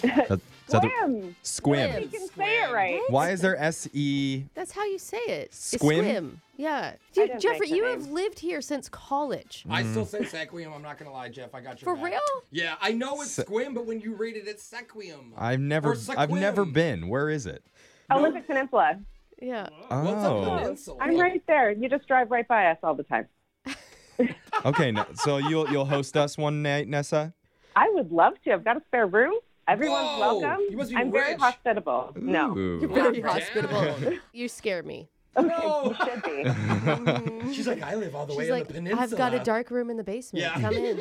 S1: That- is that the-
S2: Squim.
S1: Squim.
S2: can say it right.
S1: Why is there S E?
S2: That's how you say it. It's
S1: Squim?
S2: Yeah.
S3: I
S2: Dude,
S3: didn't
S2: Jeffrey,
S3: make the
S2: you
S3: name.
S2: have lived here since college.
S3: I
S1: Mm.
S3: still say sequium. I'm not gonna lie, Jeff. I got your
S2: For
S3: back.
S2: real?
S3: Yeah, I know it's
S1: Se-
S3: squim, but when you read it, it's sequium.
S1: I've never,
S3: Or
S1: I've never
S3: Sequim.
S1: been. Where is it?
S5: Olympic Peninsula.
S2: Yeah.
S1: Oh,
S5: I'm right there. You just drive right by us all the time.
S1: Oh. okay. n- So you'll you'll host us one night, Nessa.
S5: I would love to. I've got a spare room. Everyone's
S2: Whoa.
S5: welcome.
S2: You must be
S5: I'm very
S2: rich.
S5: hospitable. No.
S1: Ooh.
S5: You're
S2: Very hospitable. you scare me.
S5: Okay, you should be.
S20: Mm.
S3: She's like, I live all the
S2: She's
S3: way
S2: like,
S3: on the peninsula.
S2: I've got a dark room in the basement.
S3: Yeah.
S2: Come in.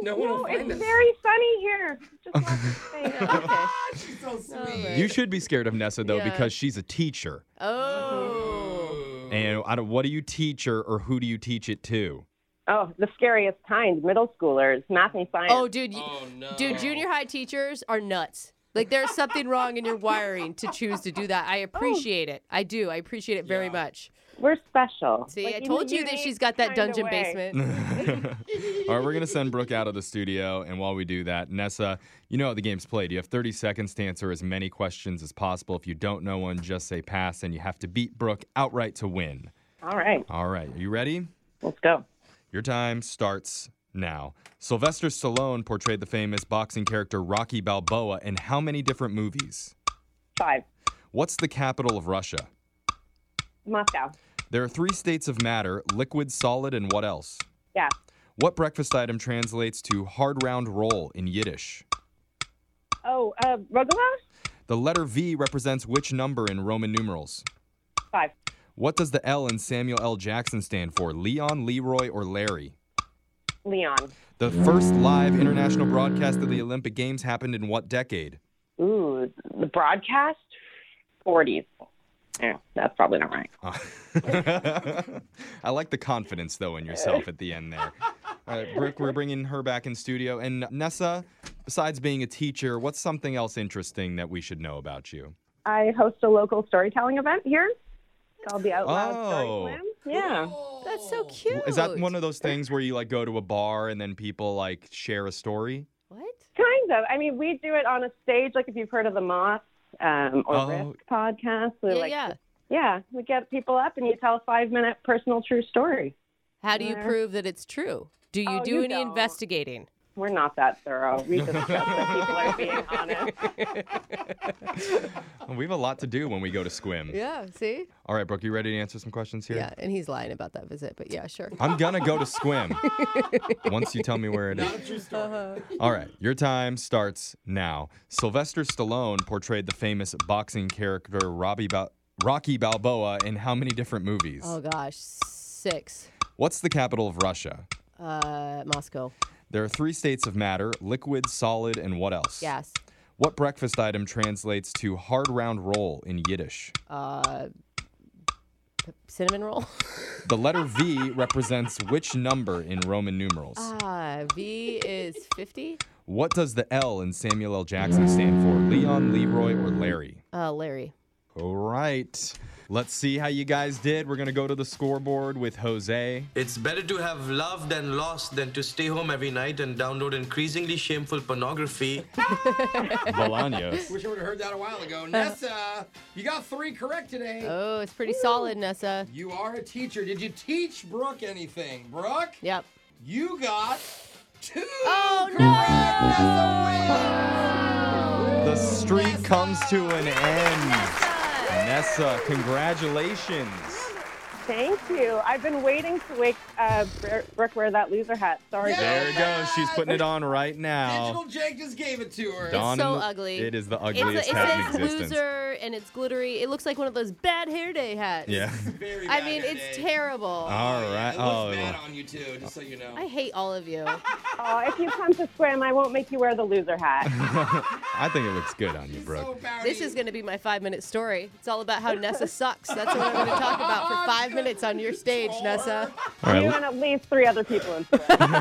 S3: no one will find
S5: Oh, It's
S3: us.
S5: very sunny here.
S2: okay.
S3: Ah, She's so sweet.
S1: You should be scared of Nessa though,
S20: Yeah.
S1: because she's a teacher.
S20: Oh.
S1: And I don't, what do you teach her, or who do you teach it to?
S5: Oh, the scariest kind, middle schoolers, math and science.
S20: Oh, dude. you- Dude, junior high teachers are nuts. Like there's something wrong in your wiring to choose to do that.
S5: Oh.
S20: I appreciate it. I do. I appreciate it very much.
S5: We're special.
S20: See,
S5: Like,
S20: I
S5: in a
S20: told you that
S5: unique
S20: she's got that
S5: kinda
S20: dungeon
S5: way.
S20: basement.
S1: All right, we're going to send Brooke out of the studio. And while we do that, Nessa, you know how the game's played. You have 30 seconds to answer as many questions as possible. If you don't know one, just say pass, and you have to beat Brooke outright to win.
S5: All right.
S1: All right, are you ready?
S5: Let's go.
S1: Your time starts now. Sylvester Stallone portrayed the famous boxing character Rocky Balboa in how many different movies?
S5: Five.
S1: What's the capital of Russia?
S5: Moscow.
S1: There are three states of matter liquid, solid, and what else?
S5: Yeah.
S1: What breakfast item translates to hard round roll in Yiddish?
S5: Oh, uh, Rugula?
S1: The letter V represents which number in Roman numerals?
S5: Five.
S1: What does the L in Samuel L. Jackson stand for? Leon, Leroy, or Larry?
S5: Leon.
S1: The first live international broadcast of the Olympic Games happened in what decade?
S5: Ooh, the broadcast? 40s. Yeah, that's probably not right.
S1: Uh, I like the confidence though in yourself at the end there. All right, Brooke, we're bringing her back in studio. And Nessa, besides being a teacher, what's something else interesting that we should know about you?
S5: I host a local storytelling event here called the Out Loud
S1: Oh.
S5: Story Slam. Yeah.
S2: That's so cute.
S1: Is that one of those things where you like go to a bar and then people like share a story?
S5: Kind of. I mean, we do it on a stage, like if you've heard of the Moth um, or
S1: Oh.
S5: Risk podcast. We
S2: Yeah,
S5: like,
S2: yeah.
S5: yeah, we get people up and you tell a five minute personal true story.
S20: How do you
S5: Yeah.
S20: prove that it's true? Do you
S5: Oh,
S20: do
S5: you
S20: any
S5: don't.
S20: investigating?
S5: We're not that thorough. Oh, We just trust that people are being honest.
S1: We have a lot to do when we go to Squim.
S2: Yeah, see?
S1: All right, Brooke, you ready to answer some questions here?
S2: Yeah, and he's lying about that visit, but yeah, sure.
S1: I'm gonna go to Squim once you tell me where it is.
S2: Uh-huh.
S1: All right, your time starts now. Sylvester Stallone portrayed the famous boxing character Robbie Bal- Rocky Balboa in how many different movies?
S2: Oh gosh, six.
S1: What's the capital of Russia?
S2: Uh, Moscow.
S1: There are three states of matter liquid, solid, and what else?
S2: Gas.
S1: What breakfast item translates to hard round roll in Yiddish?
S2: Uh, p- cinnamon roll.
S1: The letter V represents which number in Roman numerals?
S2: Ah, V is fifty.
S1: What does the L in Samuel L. Jackson stand for? Leon, Leroy, or Larry?
S2: Uh, Larry.
S1: All right. Let's see how you guys did. We're going to go to the scoreboard with Jose.
S8: It's better to have loved and lost than to stay home every night and download increasingly shameful pornography.
S1: Bolaños.
S3: Wish I would have heard that a while ago. Nessa, you got three correct today.
S2: Oh, it's pretty solid, Nessa.
S3: You are a teacher. Did you teach Brooke anything? Brooke?
S2: Yep.
S3: You got two.
S2: Oh,
S3: correct. Nessa wins.
S1: The streak comes to an end. Nessa, congratulations.
S5: Thank you. I've been waiting to wake uh, Br- Brooke wear that loser hat. Sorry.
S1: There it goes. She's putting it on right
S3: Digital
S1: now.
S3: Jake just gave it to her.
S1: Dawn-
S2: so ugly.
S1: It is the
S2: It's a, it
S1: ugliest hat in
S2: says
S1: existence.
S2: loser and it's glittery. It looks like one of those bad hair day hats.
S1: Yeah. Ah,
S2: I mean, it's terrible.
S1: All right.
S3: looks
S1: Oh,
S3: bad on you too, just so you know.
S2: I hate all of you.
S5: Oh, if you come to Scram, I won't make you wear the loser hat.
S1: Oh. I think it looks good on you, Brooke.
S2: This is going to be my five minute story. It's all about how Nessa sucks. That's what I'm going to talk about for five minutes on your stage, Nessa.
S1: All right,
S5: you
S1: l-
S5: and at least three other people in Scram.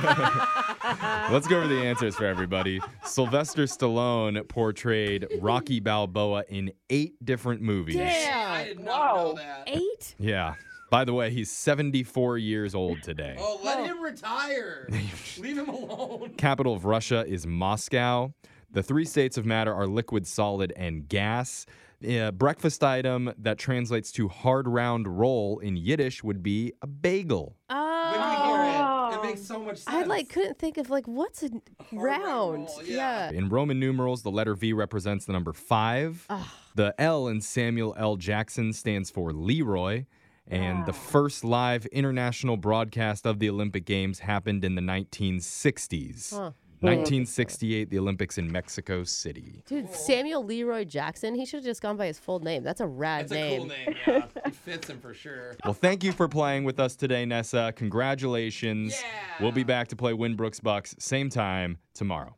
S1: Let's go over the answers for everybody. Sylvester Stallone portrayed Rocky Balboa in eight different movies.
S3: I did not know that.
S2: Eight?
S1: Yeah. By the way, he's 74 years old today.
S3: Oh, let him retire. Leave him alone.
S1: Capital of Russia is Moscow. The three states of matter are liquid, solid, and gas. A breakfast item that translates to hard round roll in Yiddish would be a bagel.
S3: When you hear it, it makes so much sense.
S2: Oh. I like couldn't think of like what's a round. yeah.
S1: In Roman numerals, the letter V represents the number five. The L in Samuel L. Jackson stands for Leroy. And the first live international broadcast of the Olympic Games happened in the 1960s.
S2: Huh.
S1: 1968, the Olympics in Mexico City.
S2: Dude, Samuel Leroy Jackson, he should have just gone by his full name. That's a rad
S3: That's a
S2: name.
S3: cool name. Yeah, it fits him for sure.
S1: Well, thank you for playing with us today, Nessa. Congratulations. We'll be back to play Winbrooks Bucks same time tomorrow.